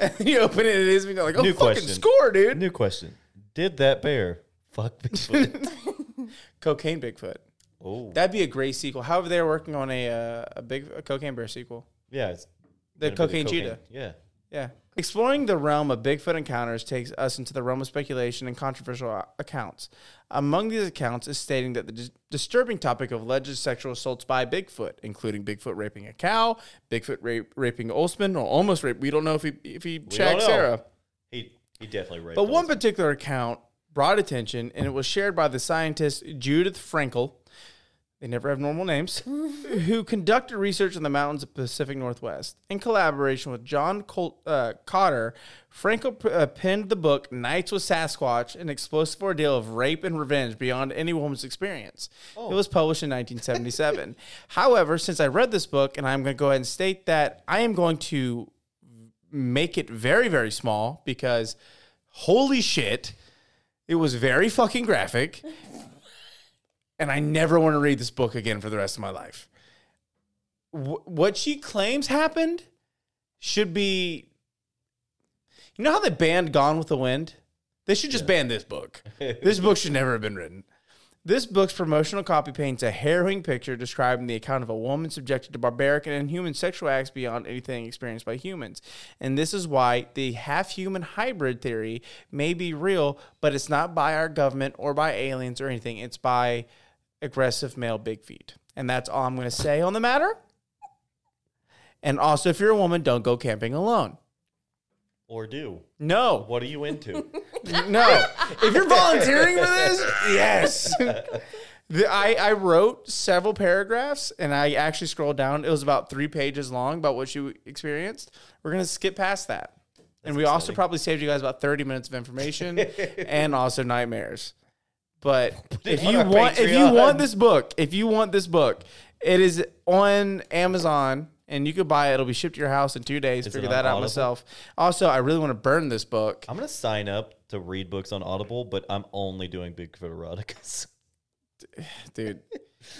and you open it, and it is McDonald's. Like, oh, New fucking question. score, dude. New question: Did that bear fuck Bigfoot? Cocaine Bigfoot. oh, That'd be a great sequel. However, they're working on a uh, a big a cocaine bear sequel. yeah. It's The gonna be cocaine cheetah. Yeah, Yeah. Exploring the realm of Bigfoot encounters takes us into the realm of speculation and controversial a- accounts. Among these accounts is stating that the dis- disturbing topic of alleged sexual assaults by Bigfoot, including Bigfoot raping a cow, Bigfoot rape, raping Olsman, or almost rape. We don't know if he if he We don't shagged know. Sarah. He he definitely raped. But one Elizabeth. particular account brought attention, and it was shared by the scientist Judith Frankel. They never have normal names. who conducted research in the mountains of Pacific Northwest in collaboration with John Col- uh, Cotter. Frankel p- uh, penned the book "Nights with Sasquatch: An Explosive Ordeal of Rape and Revenge Beyond Any Woman's Experience." It was published in 1977. However, since I read this book, and I'm going to go ahead and state that I am going to make it very very small because holy shit it was very fucking graphic and i never want to read this book again for the rest of my life Wh- what she claims happened should be you know how they banned gone with the wind they should just ban this book this book should never have been written this book's promotional copy paints a harrowing picture describing the account of a woman subjected to barbaric and inhuman sexual acts beyond anything experienced by humans. And this is why the half human hybrid theory may be real, but it's not by our government or by aliens or anything. It's by aggressive male big feet. And that's all I'm going to say on the matter. And also, if you're a woman, don't go camping alone. or do. No. What are you into? No. If you're volunteering for this, yes. The- I, I wrote several paragraphs and I actually scrolled down. It was about three pages long about what you experienced. We're going to skip past that. and we also probably saved you guys about 30 minutes of information and also nightmares. But if on you our want if you Patreon. want this book, if you want this book, it is on Amazon and you could buy it. It'll be shipped to your house in two days. Is it Figure on that out Audible? myself. Also, I really want to burn this book. I'm gonna sign up to read books on Audible, but I'm only doing Bigfoot eroticas. Dude,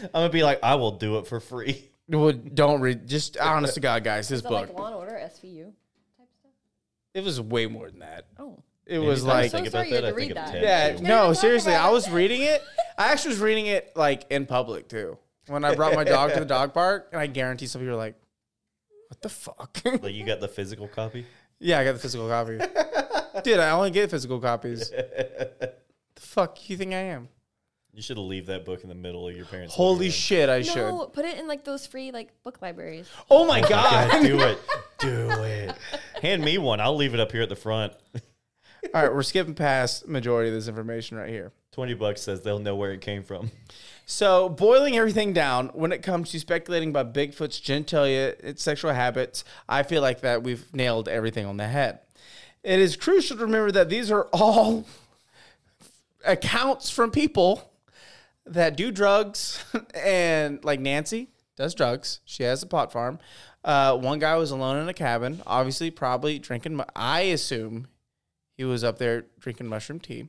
I'm gonna be like, I will do it for free. Well, don't read. Just honest to God, guys, this Is that like book. Law and Order, SVU? it was way more than that. Oh. It was Anytime I like, So think about sorry you had that, I to think read of that. Ted, yeah, too. no, talking seriously, about I it. was reading it. I actually was reading it like in public too. When I brought my dog to the dog park, and I guarantee some people were like, "What the fuck?" Like you got the physical copy. yeah, I got the physical copy. Dude, I only get physical copies. the fuck you think I am? You should leave that book in the middle of your parents. Holy living shit, I No, should. put it in like those free like book libraries. Oh my room. god! God, do it, do it. Hand me one. I'll leave it up here at the front. All right, we're skipping past majority of this information right here. Twenty bucks says they'll know where it came from. So, boiling everything down, when it comes to speculating about Bigfoot's genitalia, its sexual habits, I feel like that we've nailed everything on the head. It is crucial to remember that these are all accounts from people that do drugs and like Nancy does drugs. She has a pot farm. Uh, one guy was alone in a cabin, obviously probably drinking. mu- I assume he was up there drinking mushroom tea.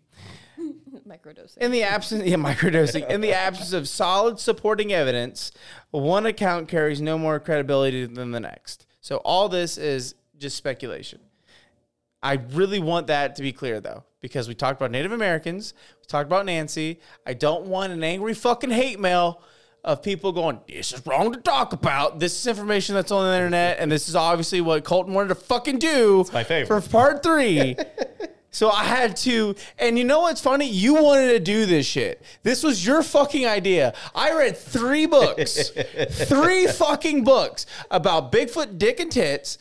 Microdosing. In the absence, yeah, microdosing. In the absence of solid supporting evidence, one account carries no more credibility than the next. So all this is just speculation. I really want that to be clear though, because we talked about Native Americans, we talked about Nancy. I don't want an angry fucking hate mail of people going, "This is wrong to talk about. This is information that's on the internet, and this is obviously what Colton wanted to fucking do." It's my favorite. for part three. So I had to, and you know what's funny? You wanted to do this shit. This was your fucking idea. I read three books, three fucking books about Bigfoot dick and tits,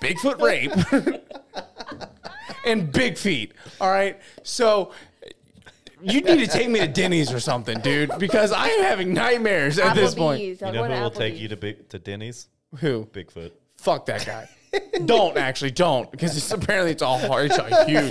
Bigfoot rape, and Big Feet. All right. So you need to take me to Denny's or something, dude, because I am having nightmares at this point. Applebee's. I You know want who will Applebee's. take you to big to Denny's? Who? Bigfoot. Fuck that guy. don't actually don't because it's apparently it's all hard. It's all huge.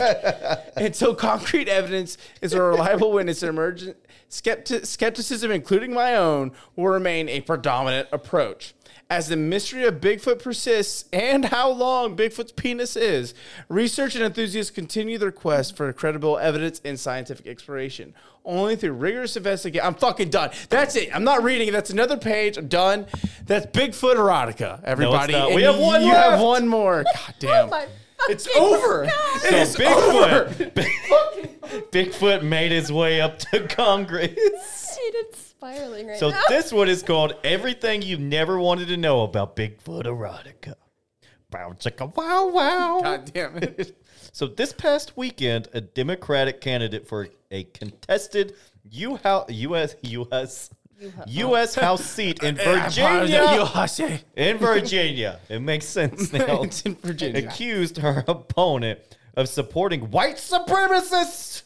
And so concrete evidence is a reliable witness and emergent skepti- skepticism, including my own, will remain a predominant approach. As the mystery of Bigfoot persists and how long Bigfoot's penis is, research and enthusiasts continue their quest for credible evidence and scientific exploration. Only through rigorous investigation. I'm fucking done. That's it. I'm not reading it. That's another page. I'm done. That's Bigfoot erotica, everybody. not. And We have one You have left. one more. God damn. Oh My It's over. It is over. Bigfoot. Bigfoot made his way up to Congress. it's spiraling right So now. this one is called "Everything You Never Wanted to Know About Bigfoot Erotica" Bow chicka wow wow. God damn it. So this past weekend, a Democratic candidate for a contested U- Hou- U.S. U.S. U.S. House seat in Virginia, in Virginia, it makes sense now. It's in Virginia. Accused her opponent of supporting white supremacists.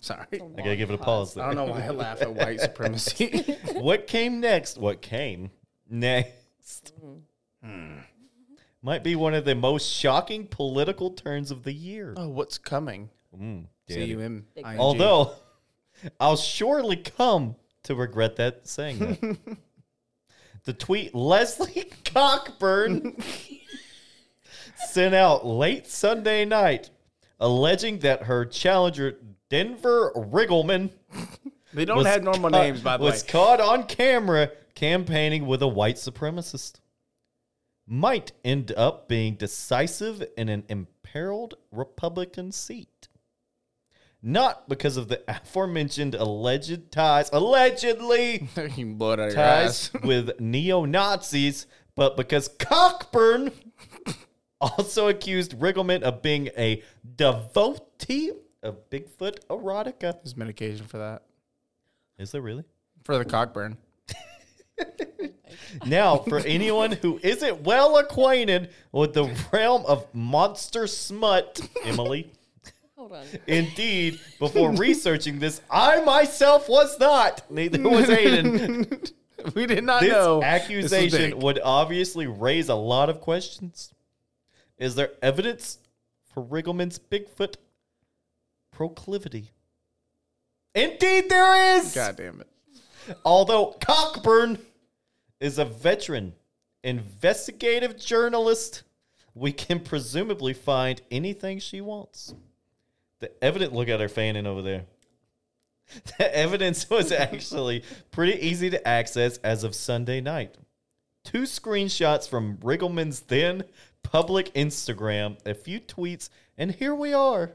Sorry. I gotta give it a pause. There. I don't know why I laugh at white supremacy. what came next? What came next? Mm-hmm. Might be one of the most shocking political turns of the year. oh, what's coming? Daddy. C-U-M-I-N-G. Although I'll surely come to regret that saying that. the tweet Leslie Cockburn sent out late Sunday night alleging that her challenger Denver Riggleman they don't was have normal caught- names, by the way. was caught on camera campaigning with a white supremacist. Might end up being decisive in an imperiled Republican seat. Not because of the aforementioned alleged ties, allegedly you can blow it out of your ties ass. with neo Nazis, but because Cockburn also accused Riggleman of being a devotee of Bigfoot erotica. There's medication for that. Is there really? For the cockburn. Now, for anyone who isn't well acquainted with the realm of monster smut, Emily, Hold on. Oh indeed, before researching this, I myself was not. Neither was Aiden. We did not This know. accusation big. would obviously raise a lot of questions. Is there evidence for Riggleman's Bigfoot proclivity? Indeed, there is. God damn it. Although Cockburn is a veteran investigative journalist, we can presumably find anything she wants. The evidence, look at her fanning over there. The evidence was actually pretty easy to access as of Sunday night. Two screenshots from Riggleman's then public Instagram, a few tweets, and here we are.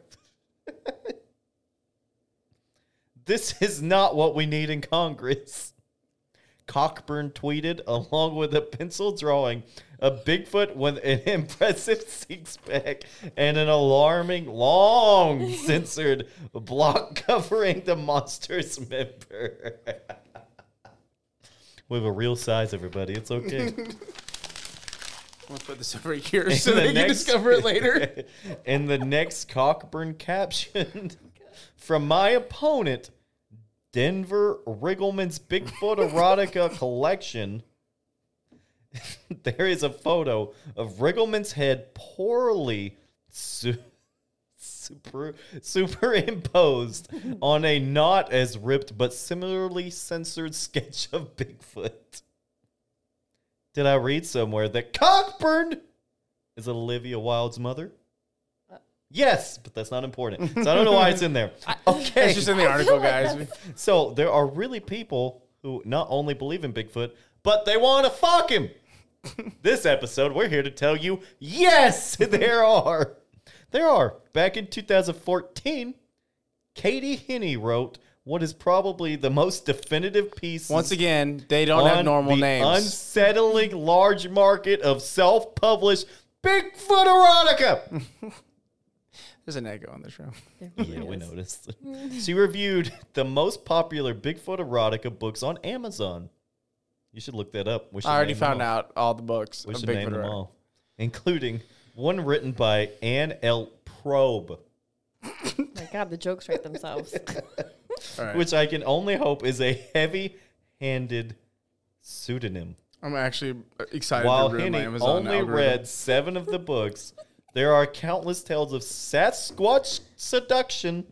This is not what we need in Congress. Cockburn tweeted along with a pencil drawing of Bigfoot with an impressive six pack and an alarming long censored block covering the monster's member. we have a real size, everybody. It's okay. I'm going to put this over here so the they can next- discover it later. and the next Cockburn caption from my opponent, Denver Riggleman's Bigfoot Erotica Collection. there is a photo of Riggleman's head poorly su- super superimposed on a not as ripped but similarly censored sketch of Bigfoot. Did I read somewhere that Cockburn is Olivia Wilde's mother? Uh. Yes, but that's not important. So I don't know why it's in there. Okay. It's just in the article, guys. So there are really people who not only believe in Bigfoot, but they want to fuck him. this episode, we're here to tell you yes, there are. There are. Back in 2014, Katie Hinney wrote what is probably the most definitive piece Once again, they don't have on normal the names. Unsettling large market of self published Bigfoot erotica. There's an echo on this room. Yeah, we noticed. she reviewed the most popular Bigfoot erotica books on Amazon. You should look that up. We should I already name found them all. out all the books. We of should Bigfoot name them are- all, including one written by Ann L. Probe, My God, the jokes write themselves. All right. which I can only hope is a heavy-handed pseudonym. I'm actually excited While to read my Henny Amazon only algorithm. read seven of the books, there are countless tales of Sasquatch seduction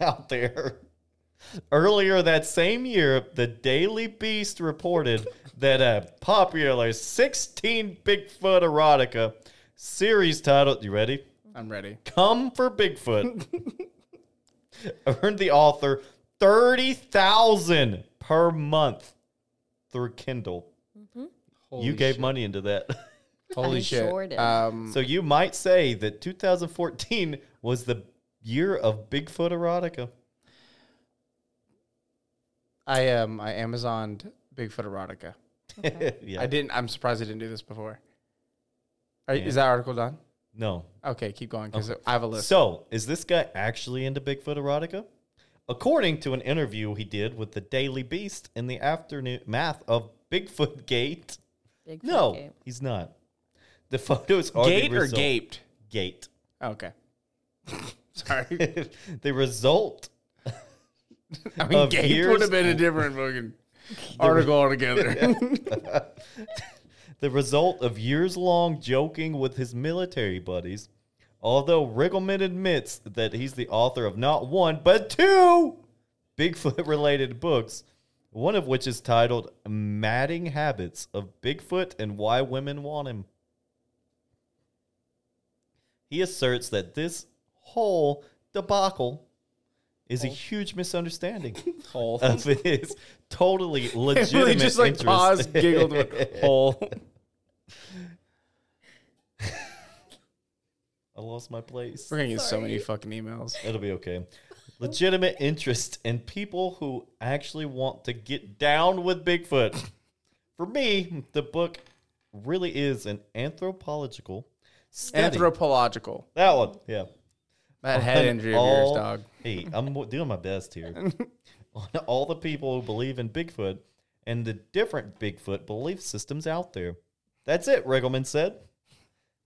out there. Earlier that same year, the Daily Beast reported that a popular 16 Bigfoot erotica series titled, you ready? I'm ready. Come for Bigfoot earned the author 30,000 per month through Kindle. Holy you gave shit. money into that. Holy I shit. sure did. Um, So you might say that 2014 was the year of Bigfoot erotica. I am. I Amazoned Bigfoot erotica. yeah. I didn't. I'm surprised I didn't do this before. Are, Is that article done? No. Okay, keep going because I have a list. So, is this guy actually into Bigfoot erotica? According to an interview he did with the Daily Beast in the afternoon math of Bigfoot Gate. Bigfoot No, gate. he's not. The photos are the Gate or result- gaped? Gate. Okay. Sorry. the result I mean, Of gaped years- would have been a different fucking article altogether. the result of years long joking with his military buddies. Although Riggleman admits that he's the author of not one, but two Bigfoot related books, one of which is titled Matting Habits of Bigfoot and Why Women Want Him. He asserts that this whole debacle is a huge misunderstanding of his totally legitimate Emily just like interest. paused, giggled, went, hole. I lost my place. We're gonna get so many fucking emails. It'll be okay. Legitimate interest in people who actually want to get down with Bigfoot. For me, the book really is an anthropological study. Anthropological. that one, yeah. That head injury of yours, all- dog. Hey, I'm w- doing my best here. on all the people who believe in Bigfoot and the different Bigfoot belief systems out there. That's it, Riggleman said.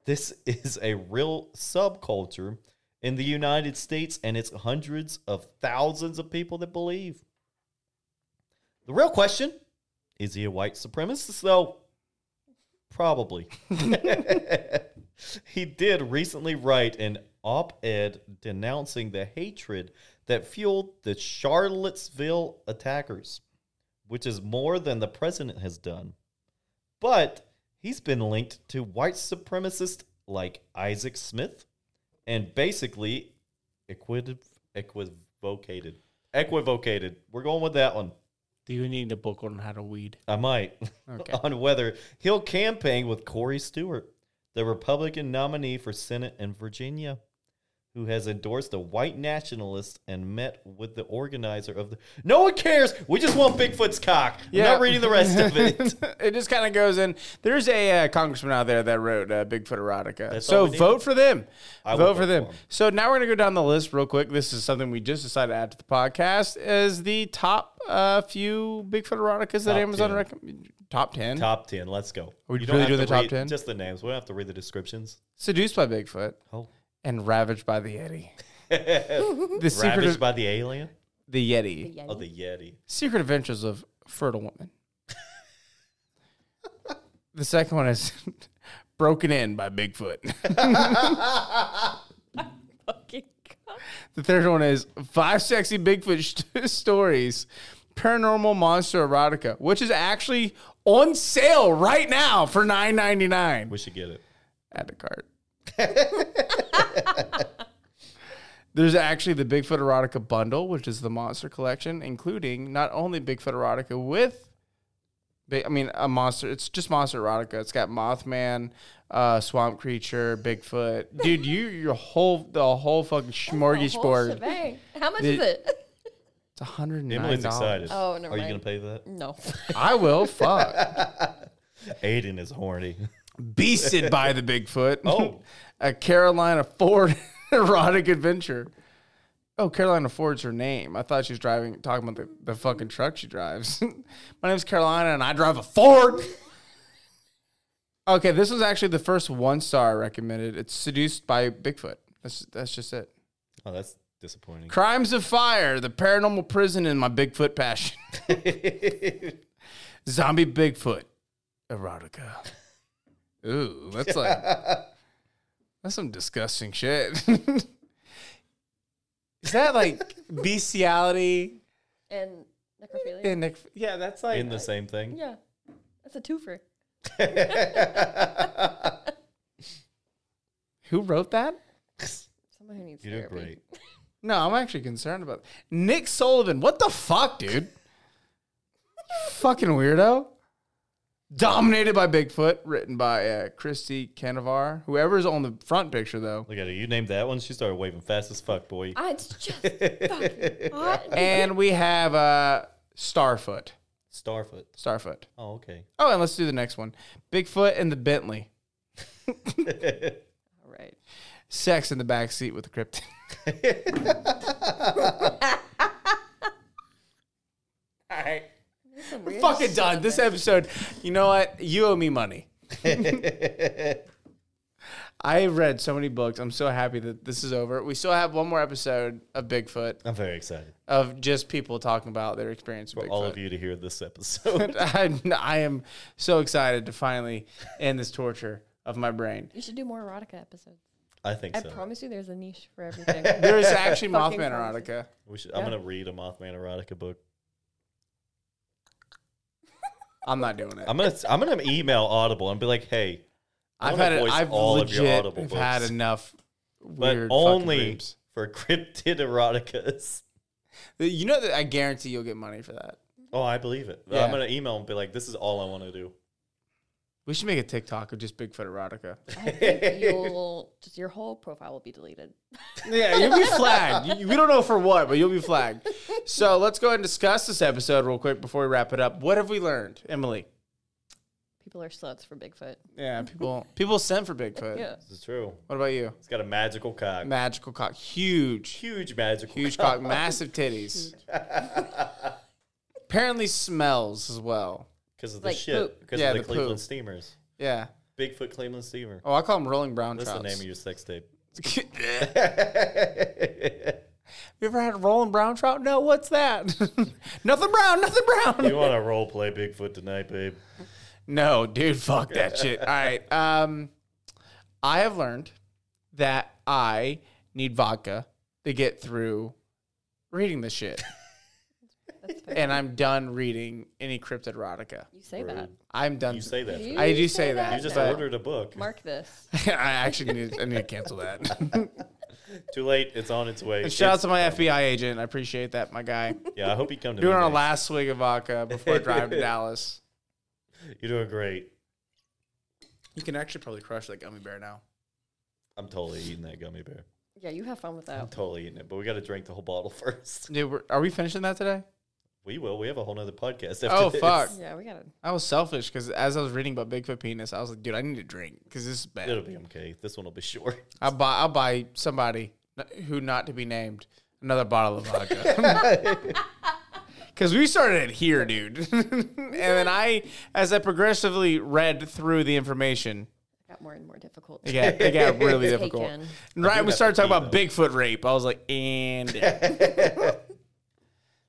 This is a real subculture in the United States, and it's hundreds of thousands of people that believe. The real question is he a white supremacist, though? Probably. he did recently write an op ed denouncing the hatred that fueled the Charlottesville attackers, which is more than the president has done. But he's been linked to white supremacists like Isaac Smith and basically equiv- equivocated. Equivocated. We're going with that one. Do you need a book on how to weed? I might Okay. on whether he'll campaign with Corey Stewart, the Republican nominee for Senate in Virginia, who has endorsed a white nationalist and met with the organizer of the. No one cares. We just want Bigfoot's cock. I'm Yeah. not reading the rest of it. it just kind of goes in. There's a uh, congressman out there that wrote uh, Bigfoot erotica. That's all so we need. vote for them. I will vote for vote them. for 'em. So now we're gonna go down the list real quick. This is something we just decided to add to the podcast. Is the top uh, few Bigfoot eroticas that Top Amazon 10. recommend? Top ten. top ten. Let's go. we You don't really have doing to the top read 10? Just the names. We don't have to read the descriptions. Seduced by Bigfoot Oh, and ravaged by the Yeti. the secret ravaged of by the alien. the Yeti. Yeti. Oh, the Yeti. Secret Adventures of Fertile Woman. the second one is Broken In by Bigfoot. Fucking God. The third one is Five Sexy Bigfoot St- Stories Paranormal Monster Erotica, which is actually on sale right now for nine ninety nine. We should get it. Add to cart. There's actually the Bigfoot Erotica bundle, which is the monster collection, including not only Bigfoot Erotica with, Bi- I mean, a monster. It's just monster erotica. It's got Mothman, uh, Swamp Creature, Bigfoot. Dude, you your whole the whole fucking The whole smorgasbord. shebang. How much The- is it? It's hundred and nine Emily's dollars. excited. Oh, never Are you mind. gonna pay for that? No. I will fuck. Aiden is horny. Beasted by the Bigfoot. Oh. a Carolina Ford erotic adventure. Oh, Carolina Ford's her name. I thought she was driving, talking about the, the fucking truck she drives. My name's Carolina and I drive a Ford. okay, this was actually the first one star I recommended. It's Seduced by Bigfoot. That's, that's just it. Oh, that's disappointing. Crimes of Fire, The Paranormal Prison, and My Bigfoot Passion. Zombie Bigfoot, Erotica. Ooh, that's like, that's some disgusting shit. Is that like bestiality? and necrophilia. And nec- yeah, that's like, In the same thing. yeah. That's a twofer. who wrote that? Someone who needs You did therapy. great. No, I'm actually concerned about Nick Sullivan. What the fuck, dude? Fucking weirdo. Dominated by Bigfoot, written by uh, Christy Canavar. Whoever's on the front picture, though. Look at her. You named that one. She started waving fast as fuck, boy. Ah, it's just fucking hot. And we have uh, Starfoot. Starfoot. Starfoot. Oh, okay. Oh, and let's do the next one Bigfoot and the Bentley. All right. Sex in the back seat with the krypton. All right. We're fucking done. This episode, you know what? You owe me money. I have read so many books. I'm so happy that this is over. We still have one more episode of Bigfoot, I'm very excited of just people talking about their experience with for Bigfoot. all of you to hear this episode. I'm, I am so excited to finally end this torture of my brain. You should do more erotica episodes. I think I so. promise you there's a niche for everything. There is actually Fucking Mothman promise. erotica. We should, I'm gonna read a Mothman erotica book. I'm not doing it. I'm gonna I'm gonna email Audible and be like, hey, I I've wanna had it. voice I've all of your legit Audible have had books. enough but weird fucking only dreams. for cryptid eroticas. You know that I guarantee you'll get money for that. Oh, I believe it. Yeah. I'm gonna email and be like, this is all I want to do. We should make a TikTok of just Bigfoot erotica. I think you'll just your whole profile will be deleted. yeah, you'll be flagged. You- we don't know for what, but you'll be flagged. So let's go ahead and discuss this episode real quick before we wrap it up. What have we learned, Emily? People are sluts for Bigfoot. Yeah, people people send for Bigfoot. Yeah. This is true. What about you? It's got a magical cock, Magical cock, huge, huge magical, huge cock. cock, massive titties. Apparently smells as well. because of the Like shit, poop. because Yeah, of the, the poop. Cleveland Steamers, Yeah. Bigfoot Cleveland Steamer. Oh, I call them rolling brown That's trouts. the name of your sex tape. you ever had a rolling brown trout? No, what's that? nothing brown, nothing brown. you want to role play Bigfoot tonight, babe? No, dude, fuck that shit. All right. Um, I have learned that I need vodka to get through reading this shit. That's fair. and I'm done reading any cryptid erotica. You say that. I'm done. You say that. You I do say that. You just now. ordered a book. Mark this. I actually need, I need to cancel that. Too late. It's on its way. and shout out It's- to my FBI agent. I appreciate that, my guy. yeah, I hope you come to Doing me our next. last swig of vodka before I drive to Dallas. You're doing great. You can actually probably crush that gummy bear now. I'm totally eating that gummy bear. Yeah, you have fun with I'm that. totally eating it, but we got to drink the whole bottle first. Dude, we're, are we finishing that today? We will. We have a whole nother podcast. After Oh, this. fuck. Yeah, we gotta. I was selfish because as I was reading about Bigfoot penis, I was like, dude, I need to drink because this is It'll bad. be okay. This one will be short. I'll buy, I'll buy somebody n- who not to be named another bottle of vodka. Because we started it here, dude. and then I, as I progressively read through the information, It got more and more difficult. it got, it got really Taken. difficult. And right when we have started to talking pee, about Bigfoot rape, I was like, and.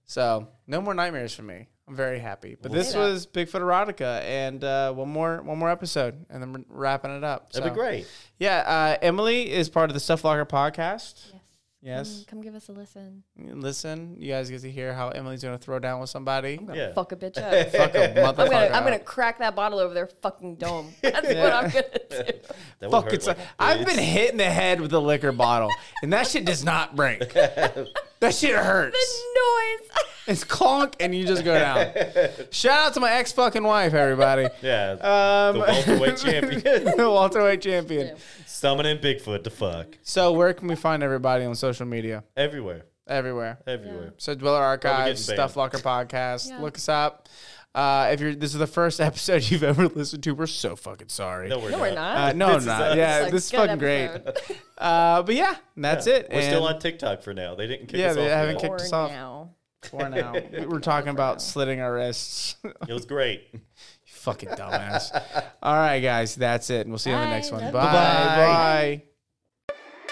so, no more nightmares for me. I'm very happy. But this Yeah. was Bigfoot erotica, and uh, one more one more episode, and then we're wrapping it up. That'd So- be great. Yeah, uh, Emily is part of the Stuff Locker podcast. Yes. Yes. Mm, Come give us a listen. Listen, you guys get to hear how Emily's going to throw down with somebody. I'm gonna Yeah. fuck a bitch up. Fuck a motherfucker. I'm gonna, I'm up. gonna crack that bottle over their fucking dome. That's what I'm gonna do. That would Fuck hurt it's like like- a I've bitch. been hit in the head with a liquor bottle, and that shit does not break. that shit hurts. Noise. It's clonk, and you just go down. Shout out to my ex fucking wife, everybody. Yeah. Um, the welterweight champion. the welterweight champion. Summoning Bigfoot to fuck. So, where can we find everybody on social media? Everywhere. Everywhere. Everywhere. So Dweller Archives, getting Stuff banned. Locker Podcast. Yeah. Look us up. Uh, if you're this is the first episode you've ever listened to, we're so fucking sorry. No, we're No, not. we're not. Uh, no, I'm is not. us. Yeah, It's a this is good fucking great. episode. Uh, but yeah, that's Yeah. it. We're still And on TikTok for now. They didn't kick Yeah, us they off. haven't yet. kicked- Or us off. now. for now. We We're talking about slitting our wrists. you It was great. fucking dumbass. All right, guys, that's it. And we'll see you on the Bye. next one. Love you. Bye. Bye.